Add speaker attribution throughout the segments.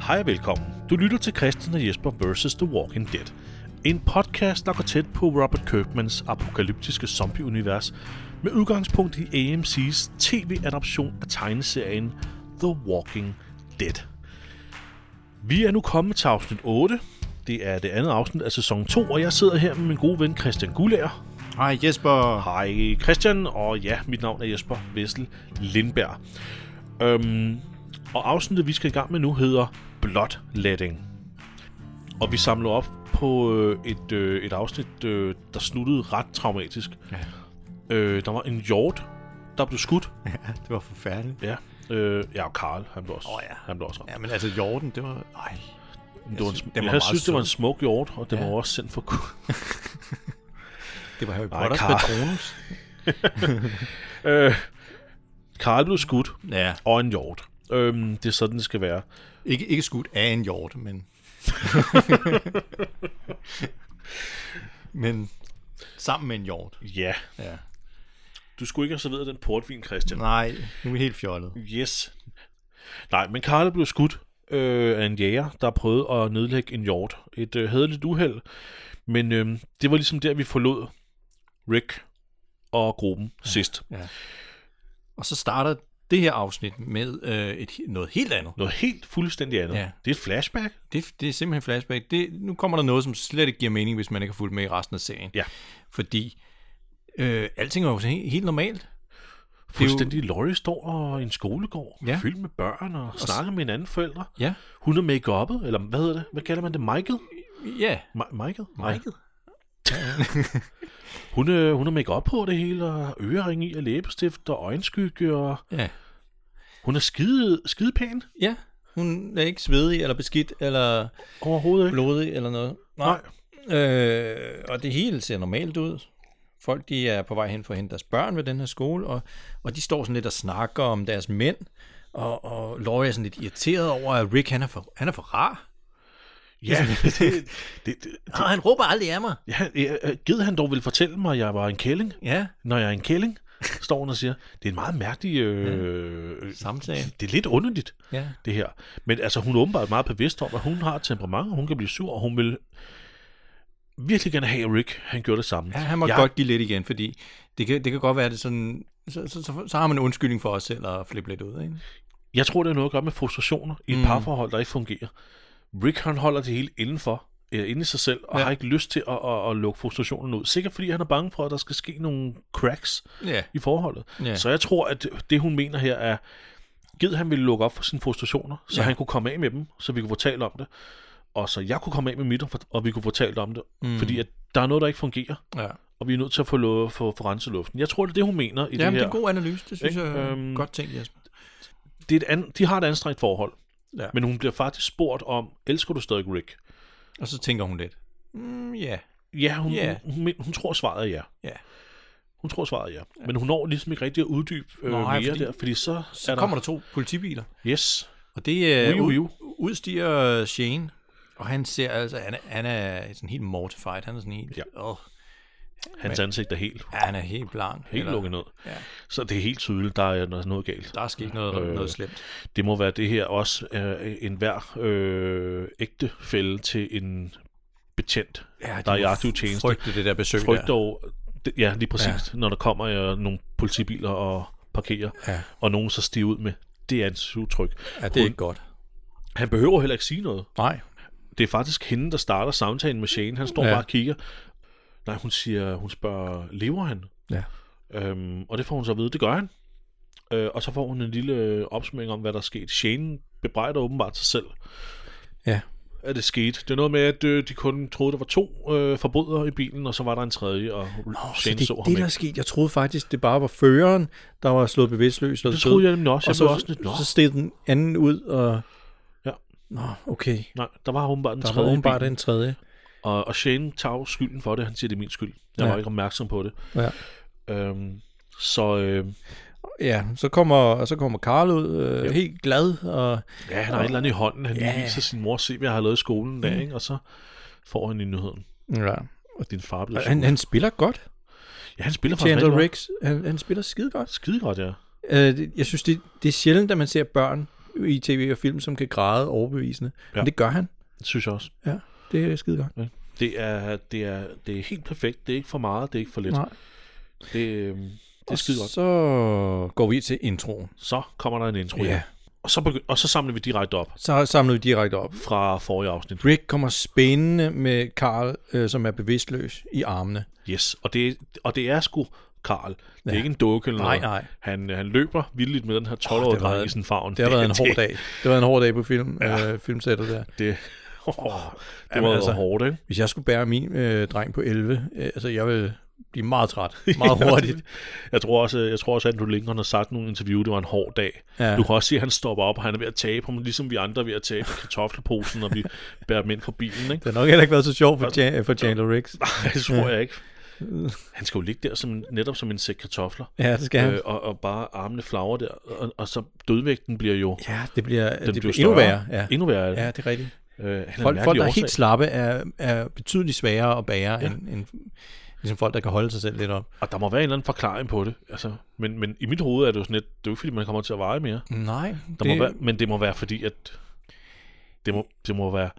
Speaker 1: Hej og velkommen. Du lytter til Christian og Jesper vs. The Walking Dead. En podcast, der går tæt på Robert Kirkmans apokalyptiske zombieunivers med udgangspunkt i AMC's tv-adoption af tegneserien The Walking Dead. Vi er nu kommet til afsnit 8. Det er det andet afsnit af sæson 2, og jeg sidder her med min gode ven Christian Gulager.
Speaker 2: Hej Jesper.
Speaker 1: Hej Christian, og ja, mit navn er Jesper Vessel Lindberg. Øhm, og afsnittet, vi skal i gang med nu, hedder Bloodletting. Og vi samler op på øh, et, øh, et afsnit, øh, der sluttede ret traumatisk. Øh, der var en hjort, der blev skudt.
Speaker 2: Ja, det var forfærdeligt.
Speaker 1: Ja, øh, ja og Karl, han blev også,
Speaker 2: Åh, ja.
Speaker 1: han blev også ramt.
Speaker 2: Ja, men altså jorden, det var... Ej.
Speaker 1: det var en,
Speaker 2: synes-
Speaker 1: sm-
Speaker 2: den var
Speaker 1: jeg
Speaker 2: meget
Speaker 1: synes, det var en
Speaker 2: sød.
Speaker 1: smuk hjort, og det ja.
Speaker 2: Ja.
Speaker 1: var også sendt for Gud.
Speaker 2: Det var Harry
Speaker 1: Nej,
Speaker 2: Potter's
Speaker 1: Karl.
Speaker 2: Patronus.
Speaker 1: øh, Karl blev skudt,
Speaker 2: Ja,
Speaker 1: og en hjort. Øhm, det er sådan, det skal være.
Speaker 2: ikke, ikke skudt af en hjort, men... men sammen med en hjort.
Speaker 1: Ja,
Speaker 2: Ja.
Speaker 1: du skulle ikke have serveret den portvin, Christian.
Speaker 2: Nej, nu er vi helt fjollet.
Speaker 1: Yes. Nej, men Karla blev skudt øh, af en jæger, der prøvede at nedlægge en hjort. Et øh, hæderligt uheld, men øh, det var ligesom der, vi forlod Rick og gruppen ja. sidst.
Speaker 2: Og så starter det her afsnit med øh, et, he- noget helt andet.
Speaker 1: Noget helt fuldstændig andet.
Speaker 2: Ja.
Speaker 1: Det er et flashback.
Speaker 2: Det, det er simpelthen flashback. Det, nu kommer der noget, som slet ikke giver mening, hvis man ikke har fulgt med i resten af serien.
Speaker 1: Ja.
Speaker 2: Fordi øh, alting er jo he- helt normalt. jo-
Speaker 1: Fuldstændig Laurie står og i en skolegård, ja.
Speaker 2: Ja.
Speaker 1: fyldt med børn og, og snakker med en anden forælder.
Speaker 2: Ja.
Speaker 1: Hun er make eller hvad hedder det? Hvad kalder man det? Michael?
Speaker 2: Ja.
Speaker 1: Ma- Michael? Nej. Hun, øh, hun har make på det hele, og ørering i, og læbestift, og øjenskygge, og
Speaker 2: Ja.
Speaker 1: hun er skide, skide pæn
Speaker 2: Ja. Hun er ikke svedig, eller beskidt, eller
Speaker 1: overhovedet, ikke?
Speaker 2: blodig, eller noget. Øh, og det hele ser normalt ud. Folk de er på vej hen for at hente deres børn ved den her skole, og, og de står sådan lidt og snakker om deres mænd. Og, og Laurie er sådan lidt irriteret over, at Rick han er for, han er for rar.
Speaker 1: Ja, det, det, det,
Speaker 2: Og Ah, han råber aldrig af mig.
Speaker 1: ja, ja, Gid han dog ville fortælle mig, at jeg var en kælling.
Speaker 2: Ja,
Speaker 1: Når jeg er en kælling, står hun og siger, det er en meget mærkelig...
Speaker 2: Mm.
Speaker 1: Øh,
Speaker 2: samtale.
Speaker 1: det er lidt underligt,
Speaker 2: Ja.
Speaker 1: det her. Men altså, hun er åbenbart meget bevidst om, at hun har et temperament, og hun kan blive sur, og hun vil virkelig gerne have at Rick. Han gjorde det samme.
Speaker 2: Ja, han må
Speaker 1: jeg,
Speaker 2: ja. godt give lidt igen, fordi det kan, det kan godt være, at det er sådan, så, så, så, så har man en undskyldning for os selv at flippe lidt ud. Ikke?
Speaker 1: Jeg tror, det har noget at gøre med frustrationer i et mm.
Speaker 2: Mm.
Speaker 1: parforhold, der ikke fungerer. Rick, han holder det hele indenfor, øh, inde i sig selv, og ja.
Speaker 2: Ja.
Speaker 1: har ikke lyst til at, at, at lukke frustrationen ud. Sikkert fordi han er bange for, at der skal ske nogle cracks
Speaker 2: Ja.
Speaker 1: i forholdet.
Speaker 2: ja.
Speaker 1: Ja. Så jeg tror, at det, hun mener her, er, Gid han ville lukke op for sine frustrationer, så ja.
Speaker 2: Ja.
Speaker 1: han kunne komme af med dem, så vi kunne få talt om det. Og så jeg kunne komme af med mit, og for- og vi kunne få talt om det. Mm. Fordi at der er noget, der ikke fungerer,
Speaker 2: ja.
Speaker 1: og vi er nødt til at få, lo- få, få renset luften. Jeg tror, det er det, hun mener i
Speaker 2: Jamen,
Speaker 1: det
Speaker 2: det er
Speaker 1: her.
Speaker 2: en god analyse, det synes
Speaker 1: Ikke?
Speaker 2: jeg er
Speaker 1: Øhm,
Speaker 2: øhm, godt tænkt, Jesper.
Speaker 1: det er et an- de har et anstrengt forhold.
Speaker 2: Ja.
Speaker 1: Men hun bliver faktisk spurgt om, elsker du stadig Rick?
Speaker 2: Og så tænker hun lidt, mm, ja,
Speaker 1: Ja, hun,
Speaker 2: Ja.
Speaker 1: yeah. hun, hun, hun tror svaret er ja.
Speaker 2: ja.
Speaker 1: Hun tror svaret er ja. Men hun når ligesom ikke rigtig at uddybe øh,
Speaker 2: Nej,
Speaker 1: mere
Speaker 2: fordi-
Speaker 1: der, fordi så,
Speaker 2: Så
Speaker 1: er der...
Speaker 2: kommer der to politibiler,
Speaker 1: Yes.
Speaker 2: og det er
Speaker 1: Wiu, wiu.
Speaker 2: ud, udstiger Shane, og han ser altså, han er, han er sådan helt mortified, han er sådan helt,
Speaker 1: Ja.
Speaker 2: ja. åh,
Speaker 1: Hans ansigt er helt,
Speaker 2: ja, han er helt blank.
Speaker 1: helt lukket ned.
Speaker 2: Ja,
Speaker 1: Så det er helt tydeligt, der er noget, noget galt.
Speaker 2: der er sket noget,
Speaker 1: Øh,
Speaker 2: øh, noget slemt.
Speaker 1: Det må være det her også øh, en hver øh, ægte fælde til en betjent,
Speaker 2: Ja, de
Speaker 1: der er i
Speaker 2: må
Speaker 1: aktiv tjeneste.
Speaker 2: Frygte det der besøg
Speaker 1: Frygt
Speaker 2: der.
Speaker 1: dog, det- ja lige præcis, ja. når der kommer øh, nogle politibiler og parkerer,
Speaker 2: Ja.
Speaker 1: og nogen så stiger ud med, det er et udtryk.
Speaker 2: Ja, det er ikke godt.
Speaker 1: Han behøver heller ikke sige noget.
Speaker 2: Nej,
Speaker 1: Det er faktisk hende, der starter samtalen med Shane. Han står ja.
Speaker 2: Ja.
Speaker 1: bare og kigger. Nej, hun siger, hun spørger, lever han?
Speaker 2: Ja.
Speaker 1: Øhm, og det får hun så at vide, det gør han. Øh, og så får hun en lille øh, opsummering om, hvad der er sket. Shane bebrejder åbenbart sig selv,
Speaker 2: ja.
Speaker 1: at det skete. Det er noget med, at øh, de kun troede, der var to øh, forbrydere i bilen, og så var der en tredje, og Nå,
Speaker 2: Så
Speaker 1: Shane
Speaker 2: det,
Speaker 1: så
Speaker 2: er
Speaker 1: ham
Speaker 2: det,
Speaker 1: ikke.
Speaker 2: der er sket, jeg troede faktisk, det bare var føreren, der var slået bevidstløs.
Speaker 1: Det troede jeg nemlig også.
Speaker 2: Og
Speaker 1: Jeg
Speaker 2: så,
Speaker 1: blev også lidt, Nå,
Speaker 2: så steg den anden ud, og...
Speaker 1: Ja.
Speaker 2: Nå, okay.
Speaker 1: nej, der var åbenbart en
Speaker 2: Der var
Speaker 1: tredje i
Speaker 2: åbenbart
Speaker 1: bilen.
Speaker 2: den tredje.
Speaker 1: Og, og Shane tager jo skylden for det. Han siger, det er min skyld. Jeg ja.
Speaker 2: Ja.
Speaker 1: var ikke opmærksom på det.
Speaker 2: Ja.
Speaker 1: Øhm, så øh,
Speaker 2: ja, så kommer, og så kommer Karl ud, øh, ja. helt glad, og
Speaker 1: Ja, han har et eller andet i hånden. Han ja.
Speaker 2: Ja.
Speaker 1: viser sin mor, se hvad jeg har lavet i skolen der, ikke? og så får han i nyheden.
Speaker 2: ja.
Speaker 1: Og din far bliver
Speaker 2: Og han,
Speaker 1: sur.
Speaker 2: han spiller godt,
Speaker 1: Ja, han spiller faktisk rigtig
Speaker 2: Chandler
Speaker 1: godt.
Speaker 2: Riggs. Han, han spiller skide godt.
Speaker 1: Skide godt, ja.
Speaker 2: Øh, det- jeg synes, det, det er sjældent, at man ser børn i tv og film, som kan græde overbevisende. Ja.
Speaker 1: Ja.
Speaker 2: Men det gør han.
Speaker 1: Det synes jeg også.
Speaker 2: Ja, det er skide godt.
Speaker 1: Det er, det, er, det er helt perfekt. Det er ikke for meget, det er ikke for lidt.
Speaker 2: Nej.
Speaker 1: Det, øh, det er skide godt.
Speaker 2: Så går vi til introen.
Speaker 1: Så kommer der en intro, ja. Og så, begy- og så samler vi direkte op
Speaker 2: Så samler vi direkte op.
Speaker 1: fra forrige afsnit.
Speaker 2: Rick kommer spændende med Carl, øh, som er bevidstløs i armene.
Speaker 1: Yes, og det, og det er sgu Karl. Det er
Speaker 2: Ja.
Speaker 1: ikke en dukke eller
Speaker 2: Nej,
Speaker 1: noget.
Speaker 2: nej.
Speaker 1: Han, øh, han løber vildt med den her 12
Speaker 2: Åh,
Speaker 1: årige
Speaker 2: det har
Speaker 1: dreng
Speaker 2: været-
Speaker 1: i sin favn.
Speaker 2: Det har været en hård
Speaker 1: det-
Speaker 2: dag. Det har været en hård dag på film, ja. øh, filmsættet der.
Speaker 1: Det, oh, det
Speaker 2: Jamen,
Speaker 1: var altså,
Speaker 2: altså-
Speaker 1: hårdt, ikke?
Speaker 2: Hvis jeg skulle bære min øh, dreng på 11, øh, altså jeg ville blive meget træt, meget hurtigt.
Speaker 1: Jeg tror også, jeg tror også at Andrew Lincoln har sagt i nogle interview, det var en hård dag.
Speaker 2: Ja.
Speaker 1: Du kan også se, at han stopper op, og han er ved at tabe ham, ligesom vi andre er ved at tabe kartoffelposen, når vi bærer dem ind på bilen. Ikke?
Speaker 2: Det har nok heller ikke været så sjovt for, Jan- for Chandler Riggs.
Speaker 1: Nej, det tror jeg ikke. Han skal jo ligge der som, netop som en sæk kartofler,
Speaker 2: Ja, det skal han.
Speaker 1: øh, og, og bare armene flager der, og, og så dødvægten bliver jo
Speaker 2: Ja, det bliver, det bliver
Speaker 1: bliver
Speaker 2: endnu
Speaker 1: større.
Speaker 2: værre. Ja.
Speaker 1: endnu værre.
Speaker 2: ja,
Speaker 1: Ja.
Speaker 2: det er rigtigt.
Speaker 1: Øh, han
Speaker 2: Folk,
Speaker 1: er
Speaker 2: folk der er helt slappe, er, er betydeligt sværere at bære, ja. end, end ligesom folk, der kan holde sig selv lidt op.
Speaker 1: Og der må være en eller anden forklaring på det. Altså, men, men i mit hoved er det jo sådan lidt, det er jo ikke, fordi man kommer til at veje mere.
Speaker 2: Nej,
Speaker 1: Der det... Må være, men det må være fordi, at det må, det må være...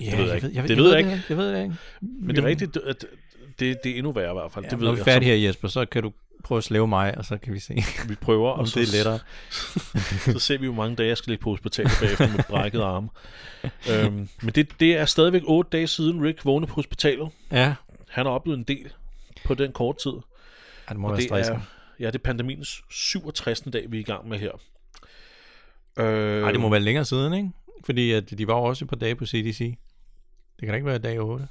Speaker 2: ja,
Speaker 1: det ved jeg ikke.
Speaker 2: Jeg,
Speaker 1: Det ved jeg
Speaker 2: ikke. Jeg ved det ikke.
Speaker 1: Men det er rigtigt, at det, det er endnu værre i hvert fald.
Speaker 2: Ja,
Speaker 1: det
Speaker 2: når
Speaker 1: ved
Speaker 2: vi er
Speaker 1: jeg.
Speaker 2: færdige her, Jesper, så kan du prøve at slæve mig, og så kan vi se,
Speaker 1: Så vi prøver,
Speaker 2: om
Speaker 1: og så,
Speaker 2: det er lettere.
Speaker 1: så ser vi, hvor mange dage jeg skal ligge på hospitalet bagefter med brækket arme. øhm, men det, det er stadigvæk otte dage siden Rick vågnede på hospitalet.
Speaker 2: Ja,
Speaker 1: Han har oplevet en del på den korte tid.
Speaker 2: Ej, det må
Speaker 1: Og
Speaker 2: være
Speaker 1: det
Speaker 2: stressende.
Speaker 1: er, ja, det er pandemiens 67. dag, vi er i gang med her. Øh,
Speaker 2: Nej, det må være længere siden, ikke? Fordi at de var jo også et par dage på CDC. Det kan da ikke være dag 8.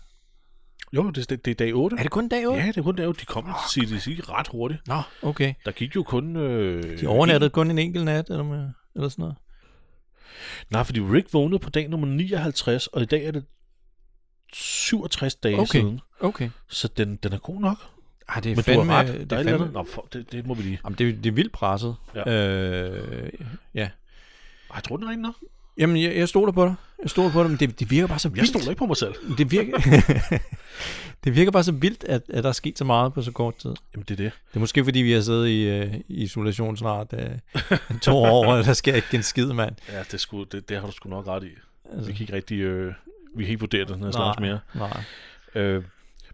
Speaker 1: Jo, det, det, det er dag 8.
Speaker 2: Er det kun dag 8?
Speaker 1: Ja, det er kun dag 8. De kom til CDC ret hurtigt.
Speaker 2: Nå, okay.
Speaker 1: Der gik jo kun... Øh,
Speaker 2: De overnattede kun en enkelt nat, eller, med, eller sådan noget.
Speaker 1: en- Nej, fordi Rick vågnede på dag nummer 59, og i dag er det 67 dage
Speaker 2: Okay.
Speaker 1: siden.
Speaker 2: Okay.
Speaker 1: Så den, den er god nok.
Speaker 2: Ej, det er
Speaker 1: Men
Speaker 2: fandme...
Speaker 1: du har ret. Der
Speaker 2: Det
Speaker 1: er et
Speaker 2: er
Speaker 1: eller andet.
Speaker 2: fandme...
Speaker 1: Nå, for, det, det må vi lige...
Speaker 2: Jamen, det, er- det er vildt presset.
Speaker 1: Ja.
Speaker 2: Øh, ja.
Speaker 1: Ej, tror du den er rigtig nok?
Speaker 2: Jamen, jeg, jeg stoler på dig. Jeg stoler på dig, men det, det virker bare så vildt.
Speaker 1: Jeg stoler ikke på mig selv.
Speaker 2: Det virker, det virker bare så vildt, at, at der er sket så meget på så kort tid.
Speaker 1: Jamen, det er det.
Speaker 2: Det er måske, fordi vi har siddet i øh, i isolation snart øh, to år, og der sker ikke en skid, mand.
Speaker 1: Ja, det, er sgu, det, det har du sgu nok ret i.
Speaker 2: Altså,
Speaker 1: Vi kan ikke rigtig... Øh, vi kan ikke vurdere den her slags mere.
Speaker 2: Nej.
Speaker 1: Øh,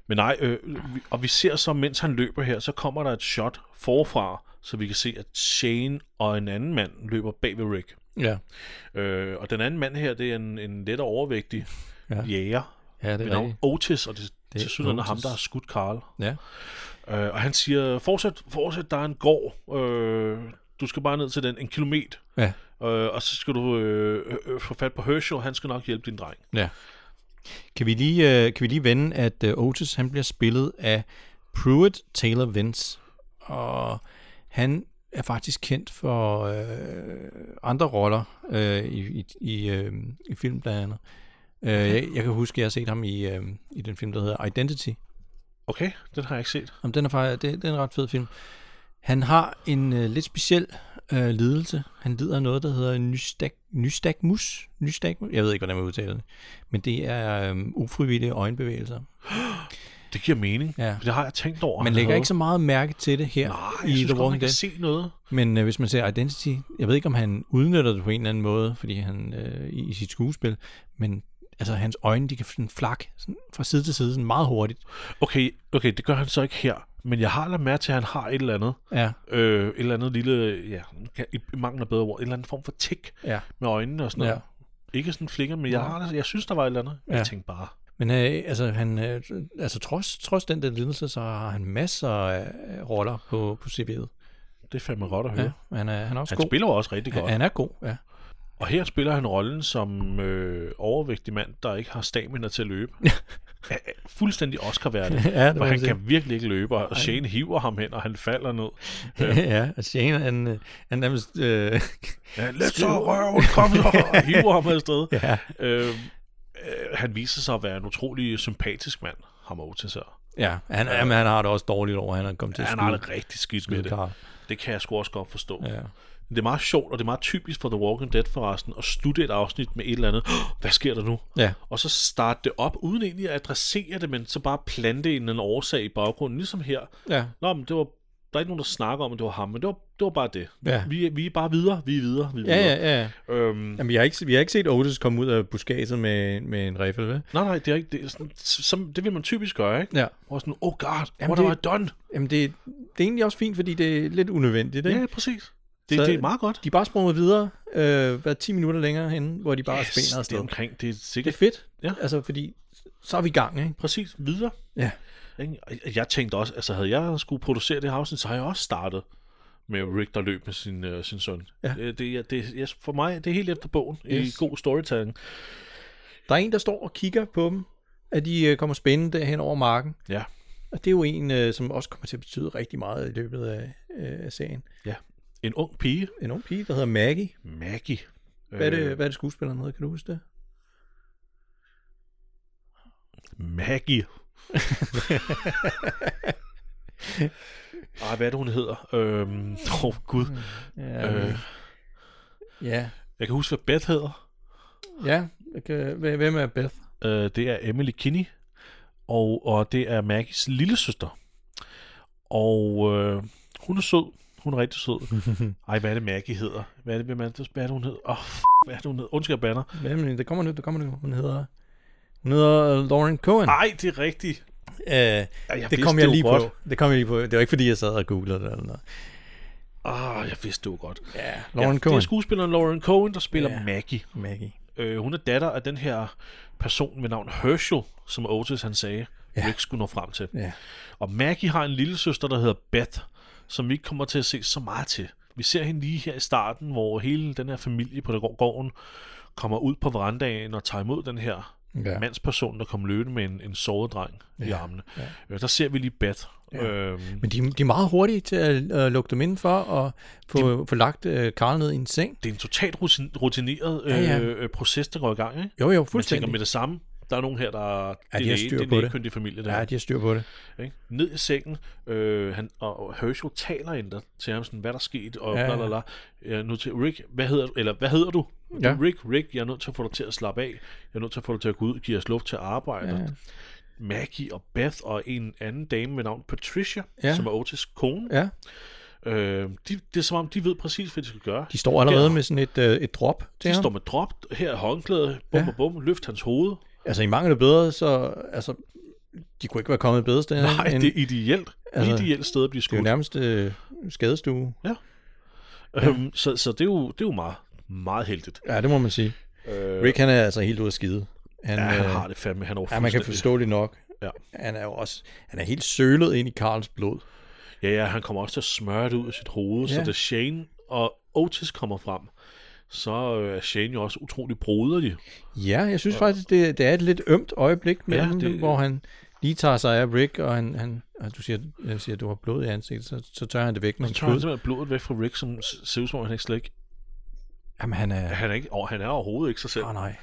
Speaker 1: men nej, øh, vi- og vi ser så, mens han løber her, så kommer der et shot forfra, så vi kan se, at Shane og en anden mand løber bag ved Rick.
Speaker 2: Ja,
Speaker 1: Øh, og den anden mand her, det er en, en let overvægtig
Speaker 2: Ja.
Speaker 1: ja. jæger
Speaker 2: ja det
Speaker 1: ved
Speaker 2: er
Speaker 1: navn
Speaker 2: rigtigt.
Speaker 1: Otis, og det,
Speaker 2: Det
Speaker 1: det
Speaker 2: er
Speaker 1: til sydlandet er ham,
Speaker 2: Otis.
Speaker 1: der har skudt Carl.
Speaker 2: Ja.
Speaker 1: Øh, og han siger, fortsæt, fortsæt, der er en gård. Øh, du skal bare ned til den, en kilometer.
Speaker 2: Ja.
Speaker 1: Øh, og så skal du øh, øh, øh, få fat på Herschel, han skal nok hjælpe din dreng.
Speaker 2: Kan vi lige, øh, kan vi lige vende, at øh, Otis han bliver spillet af Pruitt Taylor Vince, og han er faktisk kendt for øh, andre roller øh, i, i, i, øh, i film blandt andet. Øh, jeg, jeg kan huske, at jeg har set ham i, øh, i den film, der hedder Identity.
Speaker 1: Okay, den har jeg ikke set.
Speaker 2: Jamen, den er faktisk det, det er en ret fed film. Han har en øh, lidt speciel øh, lidelse. Han lider af noget, der hedder nystag, nystagmus. nystagmus. Jeg ved ikke, hvordan man udtaler det. Men det er øh, ufrivillige øjenbevægelser.
Speaker 1: Det giver mening.
Speaker 2: Ja.
Speaker 1: Det har jeg tænkt over.
Speaker 2: Man
Speaker 1: han
Speaker 2: lægger
Speaker 1: havde.
Speaker 2: ikke så meget mærke til det her
Speaker 1: Nej, jeg
Speaker 2: i
Speaker 1: synes
Speaker 2: The
Speaker 1: godt, man
Speaker 2: Walking
Speaker 1: kan
Speaker 2: Dead.
Speaker 1: se noget.
Speaker 2: Men øh, hvis man ser Identity, jeg ved ikke, om han udnytter det på en eller anden måde, fordi han øh, i, i sit skuespil, men altså hans øjne, de kan sådan flak sådan, fra side til side sådan meget hurtigt.
Speaker 1: Okay, okay, det gør han så ikke her. Men jeg har lagt mærke til, at han har et eller andet,
Speaker 2: Ja,
Speaker 1: øh, et eller andet lille, ja, nu kan- i i mangel af bedre ord, en eller anden form for tik
Speaker 2: ja.
Speaker 1: med øjnene og sådan
Speaker 2: Ja.
Speaker 1: noget. Ikke sådan flinger, men jeg, har, jeg synes, der var et eller andet. Ja.
Speaker 2: Ja.
Speaker 1: Jeg tænkte bare,
Speaker 2: Men øh, altså, han, øh, altså trods, trods den der lidelse, så har han masser af af roller på, på CV'et.
Speaker 1: det er fandme godt at høre.
Speaker 2: Ja,
Speaker 1: Ja.
Speaker 2: han, er, han er også
Speaker 1: Han
Speaker 2: god.
Speaker 1: spiller jo også rigtig godt.
Speaker 2: Han, han er god, ja.
Speaker 1: Og her spiller han rollen som øh, overvægtig mand, der ikke har stamina til at løbe. Ja, ja, Fuldstændig Oscar-værdig.
Speaker 2: ja, det
Speaker 1: For
Speaker 2: må
Speaker 1: han
Speaker 2: man sige.
Speaker 1: kan virkelig ikke løbe, og Shane hiver ham hen, og han falder ned.
Speaker 2: ja, og Shane, han, øh, han nærmest... Øh,
Speaker 1: Ja, let så røven, kom så, og hiver ham afsted.
Speaker 2: ja.
Speaker 1: Øh, øh, han viser sig at være en utrolig sympatisk mand, ham Otis her.
Speaker 2: ja, han, jamen, han har det også dårligt over, at han er kommet til
Speaker 1: Ja,
Speaker 2: at
Speaker 1: han
Speaker 2: skyde.
Speaker 1: har det rigtig skidt med
Speaker 2: skyde
Speaker 1: det.
Speaker 2: Carl.
Speaker 1: Det kan jeg sgu også godt forstå.
Speaker 2: Ja.
Speaker 1: Det er meget sjovt, og det er meget typisk for The Walking Dead forresten, at slutte et afsnit med et eller andet, "Åh, hvad sker der nu?
Speaker 2: ja,
Speaker 1: Og så starte det op, uden egentlig at adressere det, men så bare plante en eller anden årsag i baggrunden, ligesom her.
Speaker 2: ja,
Speaker 1: Nå, men det var, der er ikke nogen, der snakker om, at det var ham, men det var det var bare det.
Speaker 2: Ja.
Speaker 1: Vi, vi er bare videre, vi er videre, vi er
Speaker 2: Ja,
Speaker 1: videre.
Speaker 2: ja, ja.
Speaker 1: Øhm,
Speaker 2: Jamen, vi har, ikke, vi har ikke set Otis komme ud af buskaget med, med en riffel, vel?
Speaker 1: nej, nej, det er ikke det. Er sådan, som, det vil man typisk gøre, ikke?
Speaker 2: Ja.
Speaker 1: Og sådan, oh god,
Speaker 2: Jamen,
Speaker 1: what
Speaker 2: det-
Speaker 1: have I done?
Speaker 2: Jamen, det, det er egentlig også fint, fordi det er lidt unødvendigt, ikke?
Speaker 1: Ja, præcis. Det,
Speaker 2: Så-
Speaker 1: det er meget godt.
Speaker 2: De er bare sprunget videre, øh, været 10 minutter længere henne, hvor de bare yes, spænder
Speaker 1: det er
Speaker 2: afsted.
Speaker 1: omkring, det er
Speaker 2: Det er
Speaker 1: sikkert.
Speaker 2: fedt,
Speaker 1: Ja.
Speaker 2: altså, fordi så er vi i gang, ikke?
Speaker 1: Præcis, videre.
Speaker 2: Ja.
Speaker 1: Ikke? Og Jeg tænkte også, altså havde jeg skulle producere det her afsnit, så havde jeg også startet med Rick, der løb med sin, øh, sin søn.
Speaker 2: Ja.
Speaker 1: Øh, Det, er- det, jeg, for mig, det er helt efter bogen yes.
Speaker 2: Yes.
Speaker 1: i god storytelling.
Speaker 2: Der er en, der står og kigger på dem, at de øh, kommer spændende derhen over marken.
Speaker 1: Ja.
Speaker 2: Og det er jo en, øh, som også kommer til at betyde rigtig meget i løbet af, øh, af serien.
Speaker 1: ja. En ung pige,
Speaker 2: En ung pige, der hedder Maggie.
Speaker 1: Maggie.
Speaker 2: Hvad er det,
Speaker 1: Øh,
Speaker 2: hvad er det skuespilleren hedder? Kan du huske det?
Speaker 1: Maggie. Ej, hvad er det, hun hedder? Øhm, Åh, oh, gud.
Speaker 2: Ja.
Speaker 1: Øh,
Speaker 2: Øhm, ja.
Speaker 1: jeg kan huske, hvad Beth hedder.
Speaker 2: ja. jeg kan- hvem- Hvem er Beth?
Speaker 1: Øh, det er Emily Kinney, og, og det er Maggies lillesøster. Og øh, hun er sød. Hun er rigtig sød. Ej, hvad er det, Maggie hedder? Hvad er det, hvem er det, hvad er det hun hedder? Åh, oh, hvad er det, hun hedder? Undskyld, jeg banner.
Speaker 2: Hvem, der kommer nu, der kommer nu. Hun hedder, hun hedder Lauren Cohen.
Speaker 1: Ej, det er rigtigt.
Speaker 2: Øh,
Speaker 1: Ja, jeg
Speaker 2: det
Speaker 1: vidste
Speaker 2: kom jeg
Speaker 1: jo
Speaker 2: lige
Speaker 1: godt.
Speaker 2: på. Det kom jeg lige på. Det var ikke, fordi jeg sad og googlede det eller noget.
Speaker 1: Ah, jeg vidste det jo godt.
Speaker 2: Ja, Lauren
Speaker 1: Det er
Speaker 2: Cohen.
Speaker 1: skuespilleren Lauren Cohen, der spiller
Speaker 2: Ja.
Speaker 1: Maggie.
Speaker 2: Maggie.
Speaker 1: Øh, hun er datter af den her person med navn Herschel, som Otis han sagde, ja. Rick skulle nå frem til.
Speaker 2: Ja.
Speaker 1: Og Maggie har en lille søster, der hedder Beth, som vi ikke kommer til at se så meget til. Vi ser hende lige her i starten, hvor hele den her familie på gården kommer ud på verandaen og tager imod den her ja.
Speaker 2: Ja.
Speaker 1: mandsperson, der kommer løbende med en, en såret dreng ja. i armene. Ja. Øh, der ser vi lige Beth. Ja. Øhm,
Speaker 2: Men de, de er meget hurtige til at øh, lukke dem indenfor og få, få lagt øh, Karl ned i en seng.
Speaker 1: det er en totalt rutin- rutineret øh,
Speaker 2: Ja, ja.
Speaker 1: øh, proces, der går i gang. Ikke?
Speaker 2: Jo, jo,
Speaker 1: Man tænker
Speaker 2: fuldstændig.
Speaker 1: med det samme. Der er nogen her, der
Speaker 2: Ja, de
Speaker 1: det
Speaker 2: har
Speaker 1: er
Speaker 2: styr
Speaker 1: det er en
Speaker 2: på det.
Speaker 1: lægekyndig familie. Der.
Speaker 2: Ja, de har styr på det.
Speaker 1: Ikke? Ned i sengen, øh, han, og og Herschel taler endda til ham, sådan, hvad der er sket, og
Speaker 2: Ja,
Speaker 1: ja,
Speaker 2: ja.
Speaker 1: bla, bla, bla. Jeg er nødt til, Rick, hvad hedder du? Eller, hvad hedder du?
Speaker 2: Ja.
Speaker 1: Rick, Rick, jeg er nødt til at få dig til at slappe af. Jeg er nødt til at få dig til at gå ud, give os luft til at arbejde.
Speaker 2: Ja.
Speaker 1: Ja. Maggie og Beth og en anden dame ved navn Patricia,
Speaker 2: Ja.
Speaker 1: ja. som er Otis' kone.
Speaker 2: Ja,
Speaker 1: Ja. Øh, de, det er som om, de ved præcis, hvad de skal gøre.
Speaker 2: de står allerede
Speaker 1: Ja.
Speaker 2: med sådan et, øh, et drop til
Speaker 1: De
Speaker 2: ham.
Speaker 1: står med drop, her er håndklædet, bum,
Speaker 2: Ja.
Speaker 1: ja. bum, løft hans hoved.
Speaker 2: Altså, i mangel af bedre, så... Altså, de kunne ikke være kommet et bedre sted.
Speaker 1: Nej,
Speaker 2: end,
Speaker 1: det er ideelt.
Speaker 2: Altså,
Speaker 1: Altså, ideelt sted at blive
Speaker 2: det er jo
Speaker 1: skudt.
Speaker 2: nærmest øh, skadestue.
Speaker 1: Øhm, så så det, er jo, det er jo meget, meget heldigt.
Speaker 2: Ja, det må man sige.
Speaker 1: Øh,
Speaker 2: Rick, han er altså helt ude af skide. Han,
Speaker 1: Ja, han
Speaker 2: øh,
Speaker 1: har det fandme. Han er jo
Speaker 2: Ja, man kan
Speaker 1: fuldstændig-
Speaker 2: forstå det nok.
Speaker 1: Ja.
Speaker 2: Han er jo også, han er helt sølet ind i Karls blod.
Speaker 1: Ja, ja, han kommer også til at smøre det ud af sit hoved, ja.
Speaker 2: Ja.
Speaker 1: så da Shane og Otis kommer frem, så øh, er Shane jo også utrolig broderlig.
Speaker 2: Ja, jeg synes faktisk, det, det er et lidt ømt øjeblik mellem ja,
Speaker 1: det-
Speaker 2: det, dem, hvor han lige tager sig af Rick, og han, han og du siger, han siger, du har blod i ansigtet, så, så tør han det væk med en
Speaker 1: Så tager han
Speaker 2: klud.
Speaker 1: simpelthen blodet væk fra Rick, som s- ser ud som om han ikke slet ikke...
Speaker 2: Jamen, han er...
Speaker 1: Han er, ikke, og han er overhovedet ikke sig selv.
Speaker 2: Åh, oh, nej.